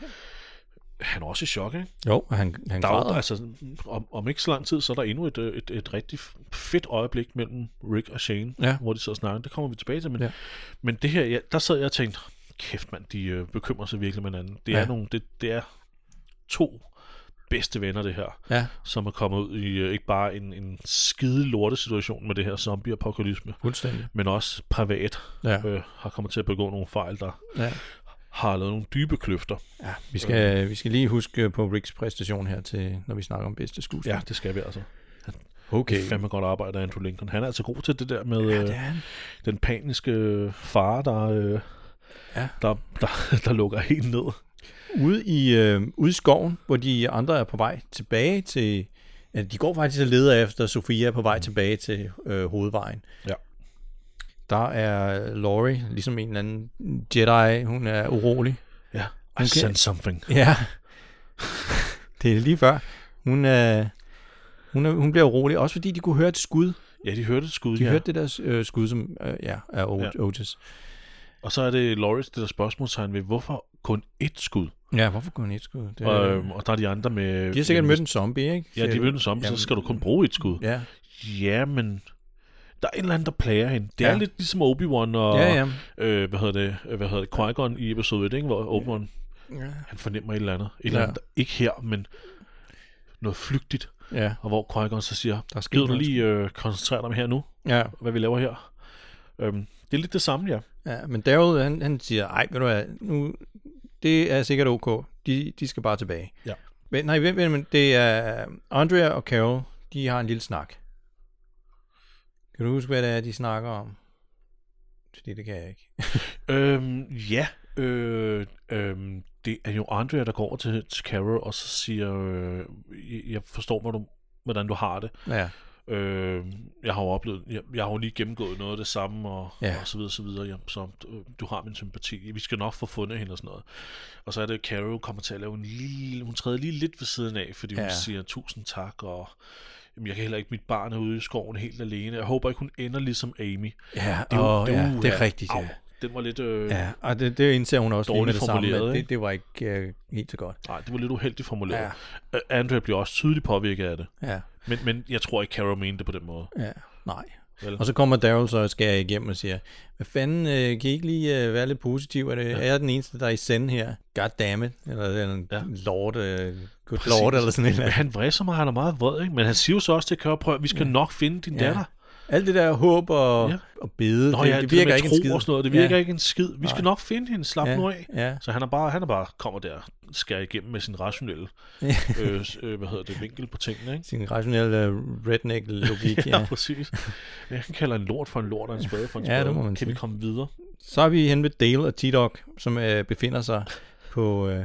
Speaker 1: Han er også i chok, ikke?
Speaker 2: Jo, og han, han
Speaker 1: Der er, jo-
Speaker 2: græder.
Speaker 1: altså, om, om ikke så lang tid, så er der endnu et, øh, et, et rigtig f- fedt øjeblik mellem Rick og Shane,
Speaker 2: Ja.
Speaker 1: hvor de sidder og snakker. Det kommer vi tilbage til. Men,
Speaker 2: Ja.
Speaker 1: ja. men det her, ja, der sad jeg og tænkte, kæft mand, de øh, bekymrer sig virkelig med hinanden. Det, ja.
Speaker 2: Ja.
Speaker 1: er nogle, det, det er to bedste venner, det her.
Speaker 2: Ja,
Speaker 1: som er kommet ud i øh, ikke bare en, en skide lortesituation med det her zombie-apokalypse,
Speaker 2: fuldstændig.
Speaker 1: men også privat
Speaker 2: Ja,
Speaker 1: øh, har kommet til at begå nogle fejl, der
Speaker 2: ja.
Speaker 1: har lavet nogle dybe kløfter.
Speaker 2: ja vi, skal, vi skal lige huske på Ricks præstation her, til, når vi snakker om bedste skuespil.
Speaker 1: Ja, det skal vi altså.
Speaker 2: okay.
Speaker 1: Det er fandme godt arbejde af Andrew Lincoln. Han er altså god til det der med
Speaker 2: Ja,
Speaker 1: øh,
Speaker 2: det er han.
Speaker 1: den paniske øh, far, der, øh,
Speaker 2: Ja.
Speaker 1: der, der, der lukker helt ned.
Speaker 2: Ude i, øh, ude i skoven, hvor de andre er på vej tilbage til... Ja, de går faktisk og leder efter, Sofia er på vej tilbage til øh, hovedvejen.
Speaker 1: Mm. Ja.
Speaker 2: Der er Laurie, ligesom en eller anden Jedi, hun er urolig.
Speaker 1: Ja. I
Speaker 2: kan-
Speaker 1: sense something.
Speaker 2: Ja. det er lige før. Hun, er, hun, er, hun bliver urolig, også fordi de kunne høre et skud.
Speaker 1: Ja, de hørte et skud,
Speaker 2: De ja.
Speaker 1: ja.
Speaker 2: hørte det der øh, skud, som øh, ja, er Ot-
Speaker 1: Ja.
Speaker 2: Otis.
Speaker 1: Og så er det Loris, det der spørgsmålstegn ved, hvorfor kun ét skud?
Speaker 2: Ja, hvorfor kunne hun ikke skud? Det,
Speaker 1: Og, øh, og der er de andre med...
Speaker 2: de har sikkert mødt en zombie, ikke?
Speaker 1: Ja, de mødte en zombie, så
Speaker 2: Jamen-
Speaker 1: skal du kun bruge et skud.
Speaker 2: Ja,
Speaker 1: Ja, men der er en eller anden, der plager hende. Det ja.
Speaker 2: Ja.
Speaker 1: er lidt ligesom Obi-Wan og,
Speaker 2: ja, ja.
Speaker 1: Øh, hvad hedder det, øh, hvad hedder det, Qui-Gon i episode 1, ikke? hvor Obi-Wan,
Speaker 2: ja.
Speaker 1: han fornemmer et eller andet. Et
Speaker 2: Ja.
Speaker 1: eller andet, der- ikke her, men noget flygtigt,
Speaker 2: ja.
Speaker 1: og hvor Qui-Gon så siger,
Speaker 2: Der er
Speaker 1: gider du lige øh, koncentrere dig om her nu,
Speaker 2: Ja,
Speaker 1: hvad vi laver her? Øhm, Det er lidt det samme, ja.
Speaker 2: Ja, men Daryl, han, han siger, ej, ved du hvad, nu, det er sikkert ok. De, de skal bare tilbage.
Speaker 1: Ja.
Speaker 2: Men, nej, vent, vent, men det er øh, Andrea og Carol, de har en lille snak. Kan du huske, hvad det er, de snakker om? Fordi det kan jeg ikke.
Speaker 1: Øhm, ja, øh, øhm, det er jo Andrea, der går over til, til Carol og så siger, øh, "Jeg- jeg forstår, hvor du, hvordan du har det.
Speaker 2: Ja,
Speaker 1: Øh, jeg har jo oplevet, jeg, jeg har jo lige gennemgået noget af det samme, og, ja.
Speaker 2: Ja.
Speaker 1: og så videre, så videre. Ja, så øh, du har min sympati. Vi skal nok få fundet hende og sådan noget. Og så er det, at Carol kommer til at lave en lille, hun træder lige lidt ved siden af, fordi ja. hun
Speaker 2: Ja.
Speaker 1: siger tusind tak, og jamen, jeg kan heller ikke, mit barn er ude i skoven helt alene. Jeg håber ikke, hun ender ligesom Amy.
Speaker 2: ja,
Speaker 1: er jo-
Speaker 2: og, ja
Speaker 1: uha.
Speaker 2: det er rigtigt,
Speaker 1: Au,
Speaker 2: ja.
Speaker 1: Den var lidt, øh, ja.
Speaker 2: Ja, og det, det indser hun også lige med
Speaker 1: Dårligt
Speaker 2: det samme,
Speaker 1: formuleret,
Speaker 2: at
Speaker 1: ikke?
Speaker 2: det, det var ikke øh, helt så godt.
Speaker 1: nej, det var lidt uheldigt formuleret.
Speaker 2: Ja.
Speaker 1: Øh, Andrea bliver også tydeligt påvirket af det.
Speaker 2: Ja,
Speaker 1: Men, men jeg tror ikke, Carol mente det på den måde.
Speaker 2: ja, nej.
Speaker 1: Vel.
Speaker 2: Vel. Og så kommer Daryl så og skærer igennem og siger, hvad fanden, øh, kan I ikke lige øh, være lidt positiv? Er, det, ja. er jeg den eneste, der er i send her? God damn it. Eller, eller en
Speaker 1: Ja.
Speaker 2: ja. lord, øh, good
Speaker 1: Præcis.
Speaker 2: lord, eller sådan et eller
Speaker 1: Men
Speaker 2: andet.
Speaker 1: han vrisser mig, han er meget vred, ikke? Men han siger jo så også til Carol, prøv at- vi skal nok finde din
Speaker 2: Ja.
Speaker 1: datter.
Speaker 2: Alt det der håb og,
Speaker 1: Ja.
Speaker 2: ja. og bede,
Speaker 1: Nå,
Speaker 2: det,
Speaker 1: ja,
Speaker 2: det virker ikke en
Speaker 1: tro
Speaker 2: skid.
Speaker 1: og sådan noget. Det virker ja.
Speaker 2: ja.
Speaker 1: ikke en skid. Vi skal nok finde hende. Slap ja. nu af.
Speaker 2: ja. ja.
Speaker 1: Så han er bare, han er bare kommer der skærer igennem med sin rationelle
Speaker 2: Ja.
Speaker 1: øh, s- øh, hvad hedder det, vinkel på tingene. Ikke?
Speaker 2: Sin rationelle øh, redneck-logik.
Speaker 1: Ja,
Speaker 2: ja.
Speaker 1: præcis. Ja, han kalder en lort for en lort og en spade for en
Speaker 2: Ja,
Speaker 1: spade.
Speaker 2: det må man
Speaker 1: kan vi
Speaker 2: sige.
Speaker 1: komme videre?
Speaker 2: Så er vi hen ved Dale og T-Dog, som øh, befinder sig på, øh,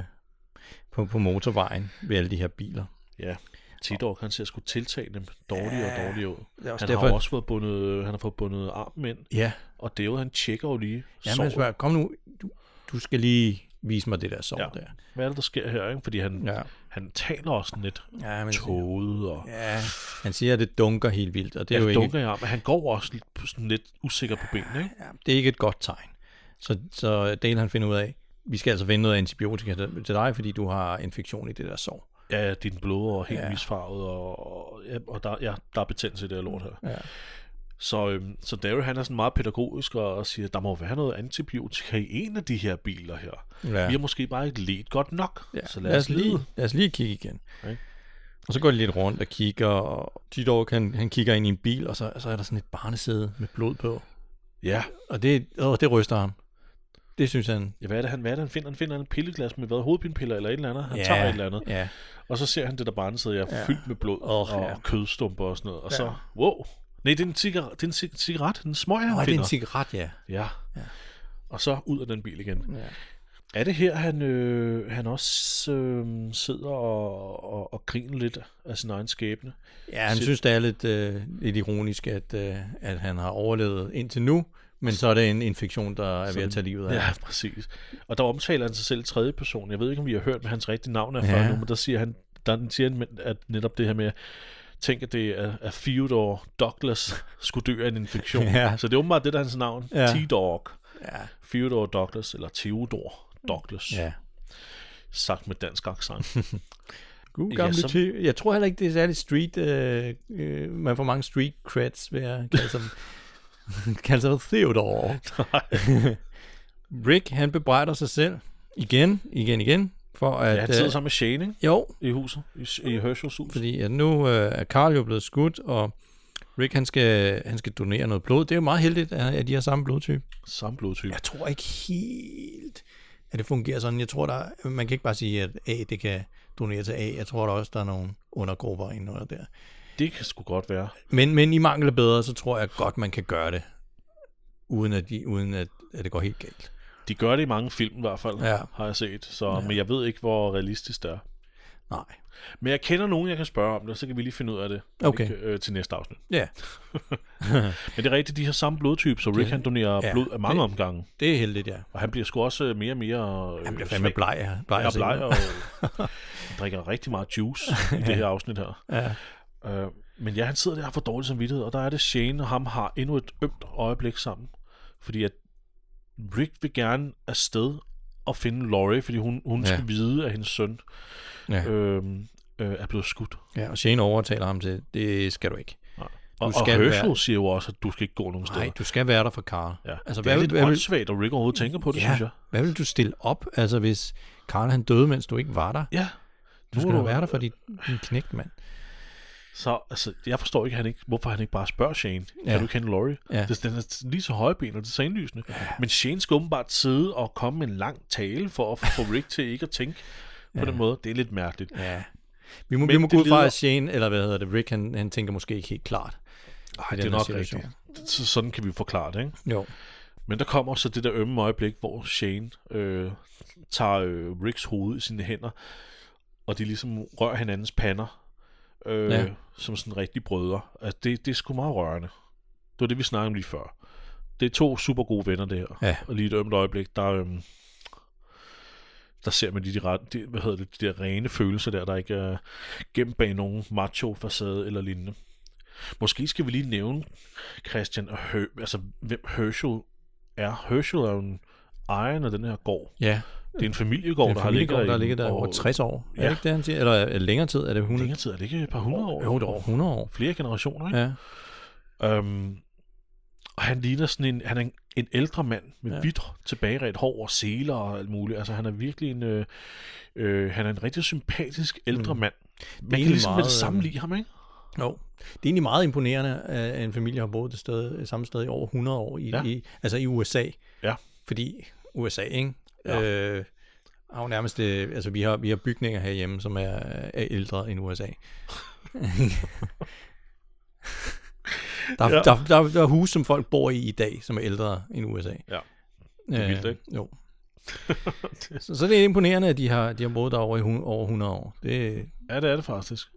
Speaker 2: på, på motorvejen ved alle de her biler.
Speaker 1: Tidorg, han ser sgu tiltagende dårligere og
Speaker 2: Ja.
Speaker 1: dårligere ud.
Speaker 2: Det er
Speaker 1: Han har jo også fået bundet, øh, han har fået bundet armen ind,
Speaker 2: Ja,
Speaker 1: og Dave, han tjekker jo lige
Speaker 2: ja
Speaker 1: såret.
Speaker 2: men spørger, kom nu, du, du skal lige vise mig det der sår
Speaker 1: Ja.
Speaker 2: ja. der.
Speaker 1: Hvad er det, der sker her? Ikke? Fordi han, ja.
Speaker 2: Ja.
Speaker 1: han taler også sådan lidt
Speaker 2: Ja, men
Speaker 1: tåget, og
Speaker 2: ja, han siger, at det dunker helt vildt, og det
Speaker 1: ja,
Speaker 2: er jo
Speaker 1: det
Speaker 2: ikke,
Speaker 1: dunker jeg men han går også lidt, på sådan lidt usikker på benene. Ikke?
Speaker 2: ja, det er ikke et godt tegn. Så, så Dale han finder ud af, vi skal altså finde noget antibiotika til til dig, fordi du har infektion i det der sår.
Speaker 1: Ja, din blod er helt ja.
Speaker 2: Ja.
Speaker 1: misfarvet, og, og, ja, og der, ja, der er betændelse i det her lort her.
Speaker 2: Ja.
Speaker 1: Så, øhm, så Daryl, han er sådan meget pædagogisk og, og siger, der må være noget antibiotika i en af de her biler her. Ja. Vi har måske bare ikke let godt nok, ja. så lad os lige...
Speaker 2: lad os lige kigge igen.
Speaker 1: Okay.
Speaker 2: Okay. Og så går de lidt rundt og kigger, og Tidork, han, han kigger ind i en bil, og så, så er der sådan et barnesæde med blod på.
Speaker 1: Ja,
Speaker 2: Og det, åh, det ryster ham. Det synes han.
Speaker 1: ja hvad, er det, han, hvad er det, han finder? Han finder en pilleglas med hvad, hovedpinepiller eller et eller andet. Han ja. tager et eller andet.
Speaker 2: Ja,
Speaker 1: Og så ser han det der barnesæde, jeg er ja.
Speaker 2: Ja.
Speaker 1: fyldt med blod oh,
Speaker 2: Åh,
Speaker 1: og ja.
Speaker 2: ja.
Speaker 1: kødstumper og sådan noget. Og ja. så,
Speaker 2: Ja.
Speaker 1: wow. Nej, det er en, cigaret, det er en cig- cigaret, en smøg, han
Speaker 2: Nå, er det
Speaker 1: finder.
Speaker 2: en cigaret, ja.
Speaker 1: ja. ja.
Speaker 2: Ja.
Speaker 1: Og så ud af den bil igen.
Speaker 2: ja.
Speaker 1: Er det her, han, øh, han også øh, sidder og, og, og griner lidt af sin egen skæbne?
Speaker 2: Ja, han
Speaker 1: Så-
Speaker 2: synes, det er lidt, øh, lidt ironisk, at, øh, at han har overlevet indtil nu, men så er det en infektion, der er ved at tage livet af.
Speaker 1: Ja,
Speaker 2: ham.
Speaker 1: ja præcis. Og der omtaler han sig selv i tredje person. Jeg ved ikke, om vi har hørt, hvad hans rigtige navn er før
Speaker 2: Ja.
Speaker 1: nu, men der siger han, der siger han, at netop det her med, tænk at det er, at Theodore Douglas skulle dø af en infektion.
Speaker 2: Ja.
Speaker 1: Så det er åbenbart det, der er hans navn.
Speaker 2: Ja.
Speaker 1: T-Dog.
Speaker 2: Ja.
Speaker 1: Theodore Douglas, eller Theodore Douglas, ja.
Speaker 2: ja.
Speaker 1: sagt med dansk accent.
Speaker 2: God
Speaker 1: Ja,
Speaker 2: gamle
Speaker 1: så-
Speaker 2: ja, Jeg tror heller ikke, det er særlig street... Øh, øh, man får mange street creds ved at kalde sig, kalde sig Theodore. Rick, han bebrejder sig selv igen, igen, igen, for at...
Speaker 1: ja, han sidder sammen med Shane, ikke?
Speaker 2: øh, jo,
Speaker 1: I huset, i, i Herschels hus.
Speaker 2: fordi at nu øh, er Carl jo blevet skudt, og Rick, han skal, han skal donere noget blod. Det er jo meget heldigt, at at de har samme blodtype.
Speaker 1: Samme blodtype.
Speaker 2: Jeg tror ikke helt, at det fungerer sådan. Jeg tror, der, man kan ikke bare sige, at A, det kan donere til A. Jeg tror der også, der er nogle undergrupper inde under der.
Speaker 1: Det kan sgu godt være.
Speaker 2: Men, men i mangel af bedre, så tror jeg godt, man kan gøre det, uden at, de, uden at, at det går helt galt.
Speaker 1: De gør det i mange film i hvert fald, ja.
Speaker 2: Ja.
Speaker 1: har jeg set. Så, ja. Men jeg ved ikke, hvor realistisk det er.
Speaker 2: Nej.
Speaker 1: Men jeg kender nogen, jeg kan spørge om det, så kan vi lige finde ud af det
Speaker 2: Okay.
Speaker 1: ikke, øh, til næste afsnit.
Speaker 2: Ja,
Speaker 1: Men det er rigtigt, de har samme blodtype, så Rick han donerer ja,
Speaker 2: ja,
Speaker 1: blod af mange det.
Speaker 2: det-
Speaker 1: omgange.
Speaker 2: det er heldigt, ja.
Speaker 1: Og han bliver sgu også øh, mere og mere øh,
Speaker 2: Han bliver fandme bleg. her. bleg
Speaker 1: Jeg er
Speaker 2: at se
Speaker 1: bleg
Speaker 2: på.
Speaker 1: og drikker rigtig meget juice i det her afsnit her.
Speaker 2: Ja.
Speaker 1: Øh, men ja, han sidder der og får dårlig samvittighed, og der er det Shane og ham har endnu et ømt øjeblik sammen. Fordi at Rick vil gerne afsted og finde Laurie, fordi hun, hun ja.
Speaker 2: Ja.
Speaker 1: skal vide, at hendes søn
Speaker 2: Ja.
Speaker 1: øh, øh, er blevet skudt.
Speaker 2: ja, og Shane overtaler ham til, det skal du ikke.
Speaker 1: Og, og
Speaker 2: skal
Speaker 1: Herschel
Speaker 2: være-
Speaker 1: siger jo også, at du skal ikke gå nogen steder.
Speaker 2: Nej, du skal være der for Carl.
Speaker 1: Ja. Altså,
Speaker 2: Altså,
Speaker 1: det er
Speaker 2: hvad-
Speaker 1: lidt
Speaker 2: hvad vil-
Speaker 1: åndssvagt, at Rick overhovedet tænker på det, ja. synes jeg.
Speaker 2: Hvad vil du stille op, altså hvis Carl han døde, mens du ikke var der?
Speaker 1: Ja.
Speaker 2: Du skal jo være der for dit, din knægt, mand.
Speaker 1: Så altså, jeg forstår ikke, han ikke, hvorfor han ikke bare spørger Shane. Ja.
Speaker 2: Ja.
Speaker 1: Kan du kende Laurie?
Speaker 2: Ja.
Speaker 1: Det, den er lige så højbenet, og det er så indlysende. Ja. Men Shane skal åbenbart sidde og komme med en lang tale for at få Rick til ikke at tænke på den måde. Det er lidt mærkeligt.
Speaker 2: Ja. Vi må,
Speaker 1: Men
Speaker 2: vi må
Speaker 1: det
Speaker 2: gå ud fra,
Speaker 1: leder-
Speaker 2: at Shane, eller hvad hedder det, Rick, han, han tænker måske ikke helt klart.
Speaker 1: Ej,
Speaker 2: i
Speaker 1: det er
Speaker 2: den her
Speaker 1: nok
Speaker 2: situation.
Speaker 1: rigtigt. Så sådan kan vi forklare det, ikke?
Speaker 2: Jo.
Speaker 1: Men der kommer så det der ømme øjeblik, hvor Shane øh, tager øh, Ricks hoved i sine hænder, og de ligesom rører hinandens pander, øh, ja.
Speaker 2: Ja.
Speaker 1: som sådan rigtig brødre. Altså, det, det er sgu meget rørende. Det var det, vi snakkede om lige før. Det er to super gode venner, det her.
Speaker 2: Ja.
Speaker 1: Og lige et ømt øjeblik, der, øh, der ser man lige de, ret, de, hvad hedder det, de der rene følelser der, der ikke er gemt bag nogen macho-facade eller lignende. Måske skal vi lige nævne Christian og Hø, altså, hvem Herschel er. Herschel er jo en ejer af den her gård.
Speaker 2: Ja.
Speaker 1: Det er en familiegård,
Speaker 2: en
Speaker 1: der har ligget
Speaker 2: familiegård, der
Speaker 1: i-
Speaker 2: ligger der over 60 år. Ja. Er
Speaker 1: Ja.
Speaker 2: det ikke det, han siger? Eller øh, længere tid? Er det 100
Speaker 1: Længere tid er det ikke et par hundrede år?
Speaker 2: Jo, det er over 100 år.
Speaker 1: Flere generationer, ikke?
Speaker 2: Ja.
Speaker 1: Ja. Øhm, og han ligner sådan en, han er en, en ældre mand med ja.
Speaker 2: Ja.
Speaker 1: hvidt tilbageret hår og seler og alt muligt. Altså han er virkelig en, øh, øh, han er en rigtig sympatisk ældre mm. mand. Man kan
Speaker 2: egentlig
Speaker 1: ligesom med
Speaker 2: meget,
Speaker 1: det samme
Speaker 2: øhm,
Speaker 1: lide ham, ikke?
Speaker 2: Jo. Det er egentlig meget imponerende, øh, at en familie har boet det sted, samme sted i over 100 år, i,
Speaker 1: Ja.
Speaker 2: ja. i, altså i USA.
Speaker 1: Ja.
Speaker 2: Fordi USA, ikke?
Speaker 1: Ja.
Speaker 2: Ja. Øh, har jo nærmest, øh, altså vi har, vi har bygninger herhjemme, som er, er ældre end USA. der,
Speaker 1: Ja.
Speaker 2: ja. der, der, der er huse, som folk bor i i dag, som er ældre end USA.
Speaker 1: Ja. er vildt, ikke?
Speaker 2: Øh, Jo. så, så det er imponerende, at de har, de har boet der over, i, hun- over 100 år. Det,
Speaker 1: Ja, det er det faktisk.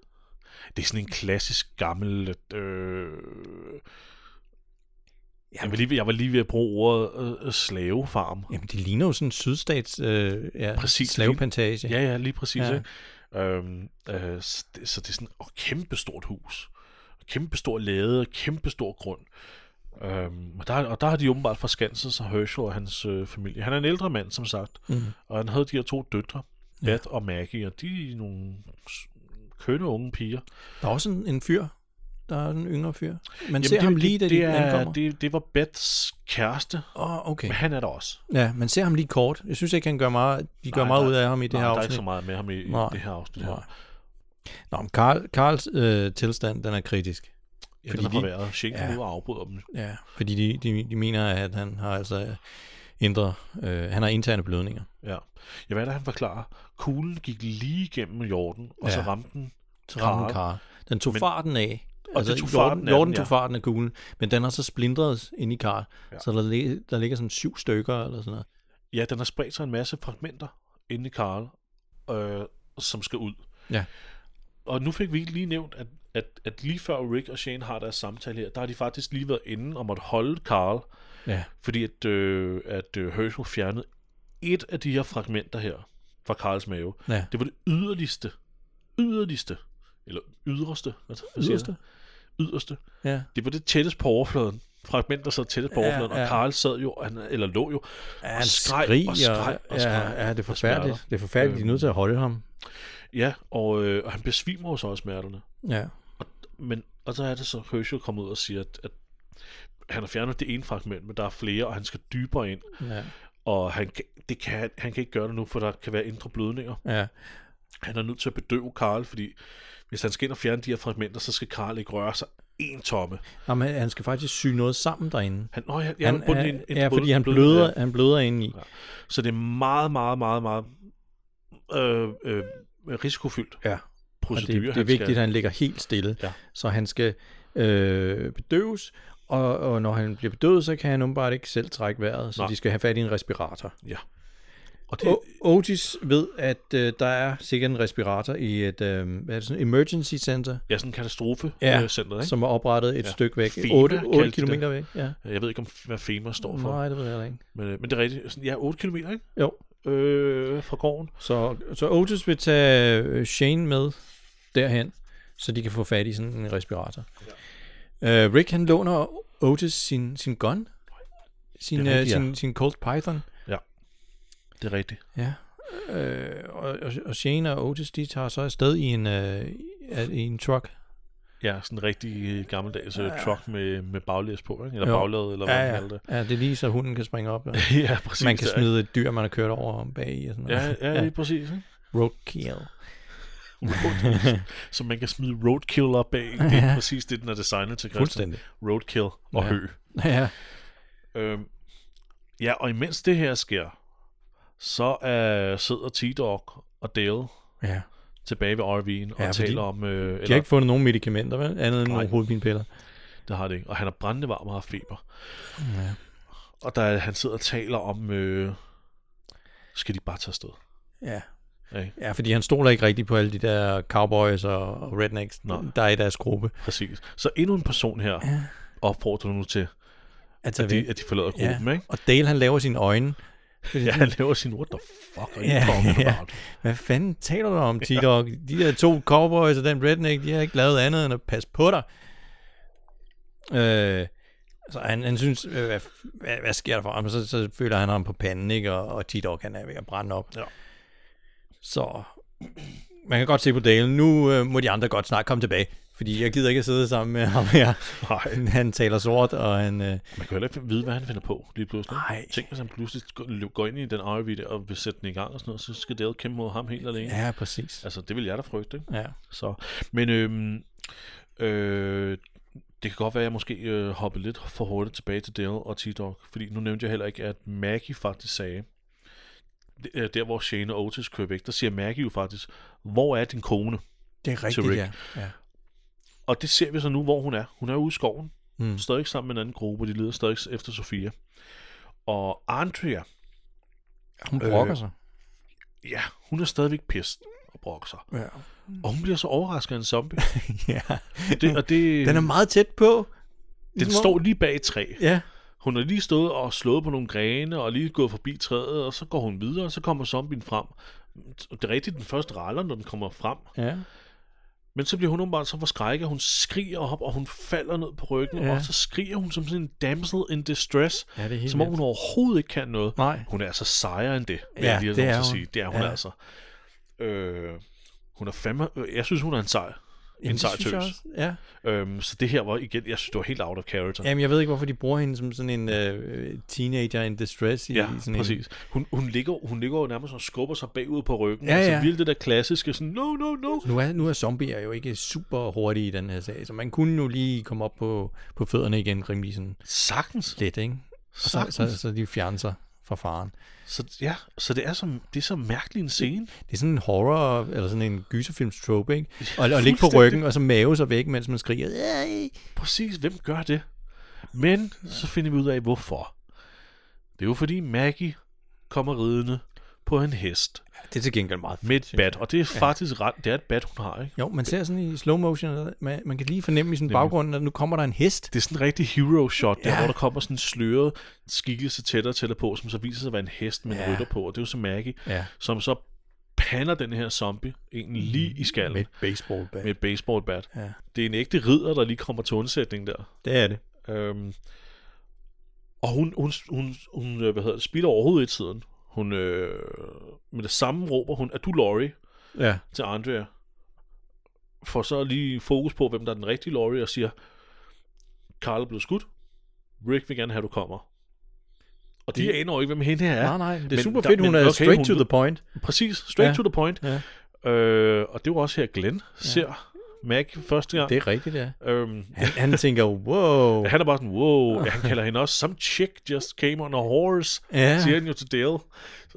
Speaker 1: Det er sådan en klassisk gammel... Øh, jeg, var lige, ved- jeg var lige ved at bruge ordet øh, slavefarm.
Speaker 2: Jamen, det ligner jo sådan en sydstats øh, ja,
Speaker 1: Præcis.
Speaker 2: slavepantage.
Speaker 1: Ja, ja, lige præcis. Ja.
Speaker 2: Ja.
Speaker 1: Ikke? Øhm, øh, så, det, så det er sådan et kæmpestort hus. Kæmpestor lade, kæmpestor grund. Øhm, og, der, og der har de åbenbart forskanset sig Herschel og hans øh, familie. Han er en ældre mand, som sagt.
Speaker 2: Mm.
Speaker 1: Og han havde de her to døtre, Beth og Maggie, og de er nogle s- kønne unge piger.
Speaker 2: Der er også en, en fyr. Der er en yngre fyr. Man
Speaker 1: Jamen,
Speaker 2: ser ham lige, da de
Speaker 1: er,
Speaker 2: ankommer. Åh,
Speaker 1: det, det var Beths kæreste,
Speaker 2: oh, okay.
Speaker 1: men han er der også.
Speaker 2: Ja, man ser ham lige kort. Jeg synes ikke, han gør meget, de gør
Speaker 1: Nej,
Speaker 2: nej, meget
Speaker 1: der-
Speaker 2: ud af ham i det
Speaker 1: Nej,
Speaker 2: her
Speaker 1: der er ikke
Speaker 2: afsnit.
Speaker 1: så meget med ham i, i
Speaker 2: Nej.
Speaker 1: det her afsnit.
Speaker 2: Nej.
Speaker 1: Her.
Speaker 2: Nå, men Karl, Karls øh, tilstand, den er kritisk.
Speaker 1: Ja,
Speaker 2: Fordi
Speaker 1: den har
Speaker 2: de-
Speaker 1: forværret. Shane ja.
Speaker 2: Ja.
Speaker 1: ud og afbryder dem.
Speaker 2: Ja, fordi de, de, de mener, at han har altså indre, øh, han har interne blødninger.
Speaker 1: Ja. ja, hvad er det, han forklarer? Kuglen gik lige igennem Jorden, og ja. så
Speaker 2: Ja.
Speaker 1: ramte den.
Speaker 2: til rammen Karl. Den tog
Speaker 1: Men-
Speaker 2: men, farten af.
Speaker 1: Og det tog farten af den,
Speaker 2: Jorden
Speaker 1: ja.
Speaker 2: tog farten af kuglen, men den har så splindret ind i Karl.
Speaker 1: Ja.
Speaker 2: Ja. Så der, lig- der ligger sådan syv stykker eller sådan noget.
Speaker 1: Ja, den har spredt sig en masse fragmenter inde i Karl, øh, som skal ud.
Speaker 2: Ja.
Speaker 1: Og nu fik vi ikke lige nævnt, at, at, at lige før Rick og Shane har deres samtale her, der har de faktisk lige været inde og måtte holde Karl,
Speaker 2: Ja.
Speaker 1: fordi at, øh, at øh, Herschel fjernede et af de her fragmenter her fra Karls mave.
Speaker 2: Ja.
Speaker 1: Det var det yderligste, yderligste, eller yderste, hvad hvad siger
Speaker 2: Yderste?
Speaker 1: det? Yderste.
Speaker 2: ja.
Speaker 1: Det var det tættest på overfladen. Fragmenter sad tættest på
Speaker 2: Ja,
Speaker 1: overfladen, ja, ja.
Speaker 2: ja.
Speaker 1: og Karl sad jo, han, eller lå jo,
Speaker 2: ja
Speaker 1: han skreg og skreg og skreg
Speaker 2: ja, ja, det er
Speaker 1: og
Speaker 2: forfærdeligt.
Speaker 1: smerter.
Speaker 2: Det er forfærdeligt, de er nødt
Speaker 1: Øh.
Speaker 2: til at holde ham.
Speaker 1: Ja, og, øh, og han besvimer jo så af smerterne.
Speaker 2: Ja.
Speaker 1: Men, og så er det så, Herschel kommer ud og siger, at, at han har fjernet det ene fragment, men der er flere, og han skal dybere ind.
Speaker 2: Ja.
Speaker 1: Og han kan, det kan, han kan ikke gøre det nu, for der kan være indre blødninger.
Speaker 2: ja.
Speaker 1: Han er nødt til at bedøve Karl, fordi hvis han skal ind og fjerne de her fragmenter, så skal Karl ikke røre sig en tomme.
Speaker 2: Jamen, han skal faktisk sy noget sammen derinde.
Speaker 1: Han, nøj, jeg, jeg
Speaker 2: Han,
Speaker 1: har bundet
Speaker 2: er,
Speaker 1: en, en
Speaker 2: ja,
Speaker 1: blød-
Speaker 2: fordi han
Speaker 1: blød-
Speaker 2: bløder, han bløder indeni.
Speaker 1: Ja. Så det er meget, meget, meget, meget øh, øh, risikofyldt
Speaker 2: Ja. Og Altså, det,
Speaker 1: procedure.
Speaker 2: det er
Speaker 1: han
Speaker 2: vigtigt,
Speaker 1: skal-
Speaker 2: at han ligger helt stille.
Speaker 1: Ja.
Speaker 2: Så han skal øh, bedøves, og, og når han bliver bedøvet, så kan han åbenbart ikke selv trække vejret, så
Speaker 1: Nej.
Speaker 2: Nej. de skal have fat i en respirator.
Speaker 1: Ja. Og det,
Speaker 2: O- Otis ved, at øh, der er sikkert en respirator i et øh, hvad er det sådan, emergency center,
Speaker 1: Ja, sådan en katastrofe
Speaker 2: Ja,
Speaker 1: øh, center, ikke?
Speaker 2: som er oprettet et
Speaker 1: Ja.
Speaker 2: ja. stykke væk.
Speaker 1: FEMA
Speaker 2: 8,
Speaker 1: kaldte
Speaker 2: 8
Speaker 1: de det.
Speaker 2: kilometer væk. Ja.
Speaker 1: Jeg ved ikke, om hvad FEMA står for.
Speaker 2: Nej, det ved jeg heller ikke.
Speaker 1: Men, øh, men det er rigtigt. Sådan, ja, 8 km, ikke?
Speaker 2: Jo,
Speaker 1: Øh, fra gården.
Speaker 2: så, så Otis vil tage øh, Shane med derhen, så de kan få fat i sådan en respirator. Ja. Øh, Rick han låner Otis sin, sin gun, sin,
Speaker 1: Det er
Speaker 2: øh,
Speaker 1: rigtigt, ja.
Speaker 2: sin, sin Colt Python.
Speaker 1: Det er rigtigt.
Speaker 2: Ja. Øh, og, og, og Shane og Otis, de tager så afsted i en, øh, i- i en truck.
Speaker 1: Ja, sådan en rigtig øh, gammeldags ja.
Speaker 2: Ja.
Speaker 1: truck med, med baglæs på, ikke? Eller
Speaker 2: Jo.
Speaker 1: baglaget, eller hvad man
Speaker 2: ja, ja.
Speaker 1: kalder det.
Speaker 2: ja, det er lige så hunden kan springe op. Og
Speaker 1: ja, præcis.
Speaker 2: man kan
Speaker 1: det er-
Speaker 2: smide et dyr, man har kørt over bag i. Og sådan noget.
Speaker 1: Ja, ja, lige præcis. Ikke?
Speaker 2: Roadkill.
Speaker 1: Road, som man kan smide roadkill op bag. Det er præcis det, den er designet til, Christian.
Speaker 2: Fuldstændig.
Speaker 1: Roadkill og
Speaker 2: Ja.
Speaker 1: hø.
Speaker 2: Ja.
Speaker 1: Øhm, ja, og imens det her sker, så øh, sidder T-Dog og Dale
Speaker 2: ja.
Speaker 1: tilbage ved RV'en og
Speaker 2: Ja,
Speaker 1: ja,
Speaker 2: fordi
Speaker 1: taler om... Øh,
Speaker 2: De har
Speaker 1: eller,
Speaker 2: ikke fundet nogen medicamenter, vel? Andet end
Speaker 1: Nej.
Speaker 2: nogle hovedpinepiller.
Speaker 1: det har det ikke. Og han er brændende varm og har feber. Ja. Og der, er- han sidder og taler om... Øh, skal de bare tage afsted?
Speaker 2: Ja.
Speaker 1: Ja,
Speaker 2: ja, fordi han stoler ikke rigtigt på alle de der cowboys og, og rednecks,
Speaker 1: Nå.
Speaker 2: der er i deres gruppe.
Speaker 1: præcis. Så endnu en person her opfordrer nu til,
Speaker 2: Altså,
Speaker 1: at de, at de forlader gruppen, ja. ikke?
Speaker 2: Og Dale, han laver sine øjne.
Speaker 1: Ja, han laver sin what the fuck are you
Speaker 2: Ja,
Speaker 1: talking
Speaker 2: ja.
Speaker 1: about?
Speaker 2: Hvad fanden taler du om, T-Dog? De der to cowboys og den redneck, de har ikke lavet andet end at passe på dig. Øh, så han, han synes, øh, hvad, hvad, hvad sker der for ham? Så, så føler han ham på panden, ikke? Og, og T-Dog, han er ved at brænde op.
Speaker 1: Ja.
Speaker 2: Så man kan godt se på Dale, nu øh, må de andre godt snart komme tilbage. Fordi jeg gider ikke at sidde sammen med ham her.
Speaker 1: Nej,
Speaker 2: Han, han taler sort, og han... Øh,
Speaker 1: man kan jo heller ikke vide, hvad han finder på lige pludselig.
Speaker 2: Nej.
Speaker 1: Tænk, hvis han pludselig går- går ind i den RV der og vil sætte den i gang og sådan noget, så skal Dale kæmpe mod ham helt alene.
Speaker 2: ja, præcis.
Speaker 1: Altså, det vil jeg da frygte, ikke?
Speaker 2: Ja.
Speaker 1: Så. Men øhm, øh, det kan godt være, at jeg måske øh, hoppede lidt for hurtigt tilbage til Dale og T-Dog, fordi nu nævnte jeg heller ikke, at Maggie faktisk sagde, d- øh, der hvor Shane og Otis kører væk, der siger Maggie jo faktisk, hvor er din kone?
Speaker 2: Det er
Speaker 1: Rick.
Speaker 2: rigtigt, ja. ja.
Speaker 1: Og det ser vi så nu, hvor hun er. Hun er ude i skoven,
Speaker 2: Mm.
Speaker 1: stadig sammen med en anden gruppe, de leder stadig efter Sofia. Og Andrea,
Speaker 2: Hun brokker øh, sig.
Speaker 1: ja, hun er stadigvæk pissed og brokker sig.
Speaker 2: Øh, Ja.
Speaker 1: Og hun bliver så overrasket af en zombie.
Speaker 2: ja.
Speaker 1: Det, og det,
Speaker 2: Den er meget tæt på.
Speaker 1: den
Speaker 2: Ligesom om-
Speaker 1: står lige bag et træ.
Speaker 2: Ja.
Speaker 1: Hun har lige stået og slået på nogle grene, og lige gået forbi træet, og så går hun videre, og så kommer zombien frem. Det er rigtigt, den første raller, når den kommer frem.
Speaker 2: ja.
Speaker 1: Men så bliver hun åbenbart så forskrækket, at hun skriger op, og hun falder ned på ryggen,
Speaker 2: Ja.
Speaker 1: ja. og så skriger hun som sådan en damsel in distress,
Speaker 2: Ja, det er helt
Speaker 1: som om
Speaker 2: vildt.
Speaker 1: hun overhovedet ikke kan noget.
Speaker 2: Nej.
Speaker 1: Hun er altså sejere end det, vil
Speaker 2: Ja,
Speaker 1: jeg lige have lov
Speaker 2: det
Speaker 1: til
Speaker 2: er
Speaker 1: at
Speaker 2: hun.
Speaker 1: sige. Det er hun
Speaker 2: Ja.
Speaker 1: ja. altså. Øh, hun er fandme... øh, Jeg synes, hun er en sej.
Speaker 2: Jamen,
Speaker 1: En sej
Speaker 2: det synes jeg
Speaker 1: tøs.
Speaker 2: også. Ja.
Speaker 1: Øhm, så det her var igen... Jeg synes, det var helt out of character.
Speaker 2: Jamen, jeg ved ikke, hvorfor de bruger hende som sådan en øh, teenager in distress. I,
Speaker 1: Ja,
Speaker 2: i sådan
Speaker 1: præcis. Hun, hun, ligger, hun ligger jo nærmest og skubber sig bagud på ryggen.
Speaker 2: Ja,
Speaker 1: altså
Speaker 2: ja.
Speaker 1: vildt det der klassiske sådan, no, no, no.
Speaker 2: En, nu, er, nu er zombier jo ikke super hurtige i den her sag, så man kunne jo lige komme op på, på fødderne igen rimelig sådan
Speaker 1: Sagtens.
Speaker 2: lidt, ikke? Og så,
Speaker 1: Sagtens.
Speaker 2: så, så de fjerner sig fra faren.
Speaker 1: Så, ja, så det er så, det er så mærkelig en scene.
Speaker 2: Det er sådan en horror, eller sådan en gyserfilms trope, ikke? Og, og ligge på ryggen, og så mave sig væk, mens man skriger. "Ej!"
Speaker 1: Præcis, hvem gør det? Men så finder vi ud af, hvorfor. Det er jo fordi Maggie kommer ridende på en hest
Speaker 2: Det er til gengæld meget fedt.
Speaker 1: med et bat, og det er faktisk ret, det er et bat, hun har, ikke?
Speaker 2: Jo, man ser sådan i slow motion, og man, man kan lige fornemme i sådan baggrunden, at nu kommer der en hest.
Speaker 1: Det er sådan en rigtig hero shot, der
Speaker 2: Ja.
Speaker 1: ja. hvor der kommer sådan en sløret skikkelse tættere og tættere på, som så viser sig at være en hest med ja.
Speaker 2: Ja.
Speaker 1: en rytter på, og det er jo så Maggie,
Speaker 2: Ja.
Speaker 1: som så pander den her zombie egentlig lige i skallen
Speaker 2: Mm. Med
Speaker 1: med,
Speaker 2: et baseballbat.
Speaker 1: med et baseballbat.
Speaker 2: Ja.
Speaker 1: Det er en ægte ridder, der lige kommer til undsætning der.
Speaker 2: Det er det.
Speaker 1: Øhm, og hun, hun, hun, hun øh, hvad hedder det, spiller overhovedet ikke tiden. Hun, øh, med det samme råber hun, er du Laurie?
Speaker 2: Ja.
Speaker 1: til Andrea. Får så lige fokus på, hvem der er den rigtige Laurie, og siger, Carl er blevet skudt. Rick vil gerne have, at du kommer. Og de
Speaker 2: Det-
Speaker 1: aner jo ikke, hvem hende her er.
Speaker 2: Nej, nej. Det er
Speaker 1: Men
Speaker 2: super
Speaker 1: der-
Speaker 2: fedt, hun
Speaker 1: men
Speaker 2: er
Speaker 1: okay,
Speaker 2: straight
Speaker 1: hun
Speaker 2: to the
Speaker 1: ved-
Speaker 2: point.
Speaker 1: Præcis, straight
Speaker 2: Ja.
Speaker 1: ja. to the point.
Speaker 2: Ja.
Speaker 1: Øh, og det var også her, Glenn ser Mac første gang.
Speaker 2: Det
Speaker 1: Det...
Speaker 2: er rigtigt, ja.
Speaker 1: Øhm,
Speaker 2: Han, han tænker, wow.
Speaker 1: han er bare sådan, wow, han kalder hende også, some chick just came on a horse,
Speaker 2: Ja.
Speaker 1: siger han jo til Dale,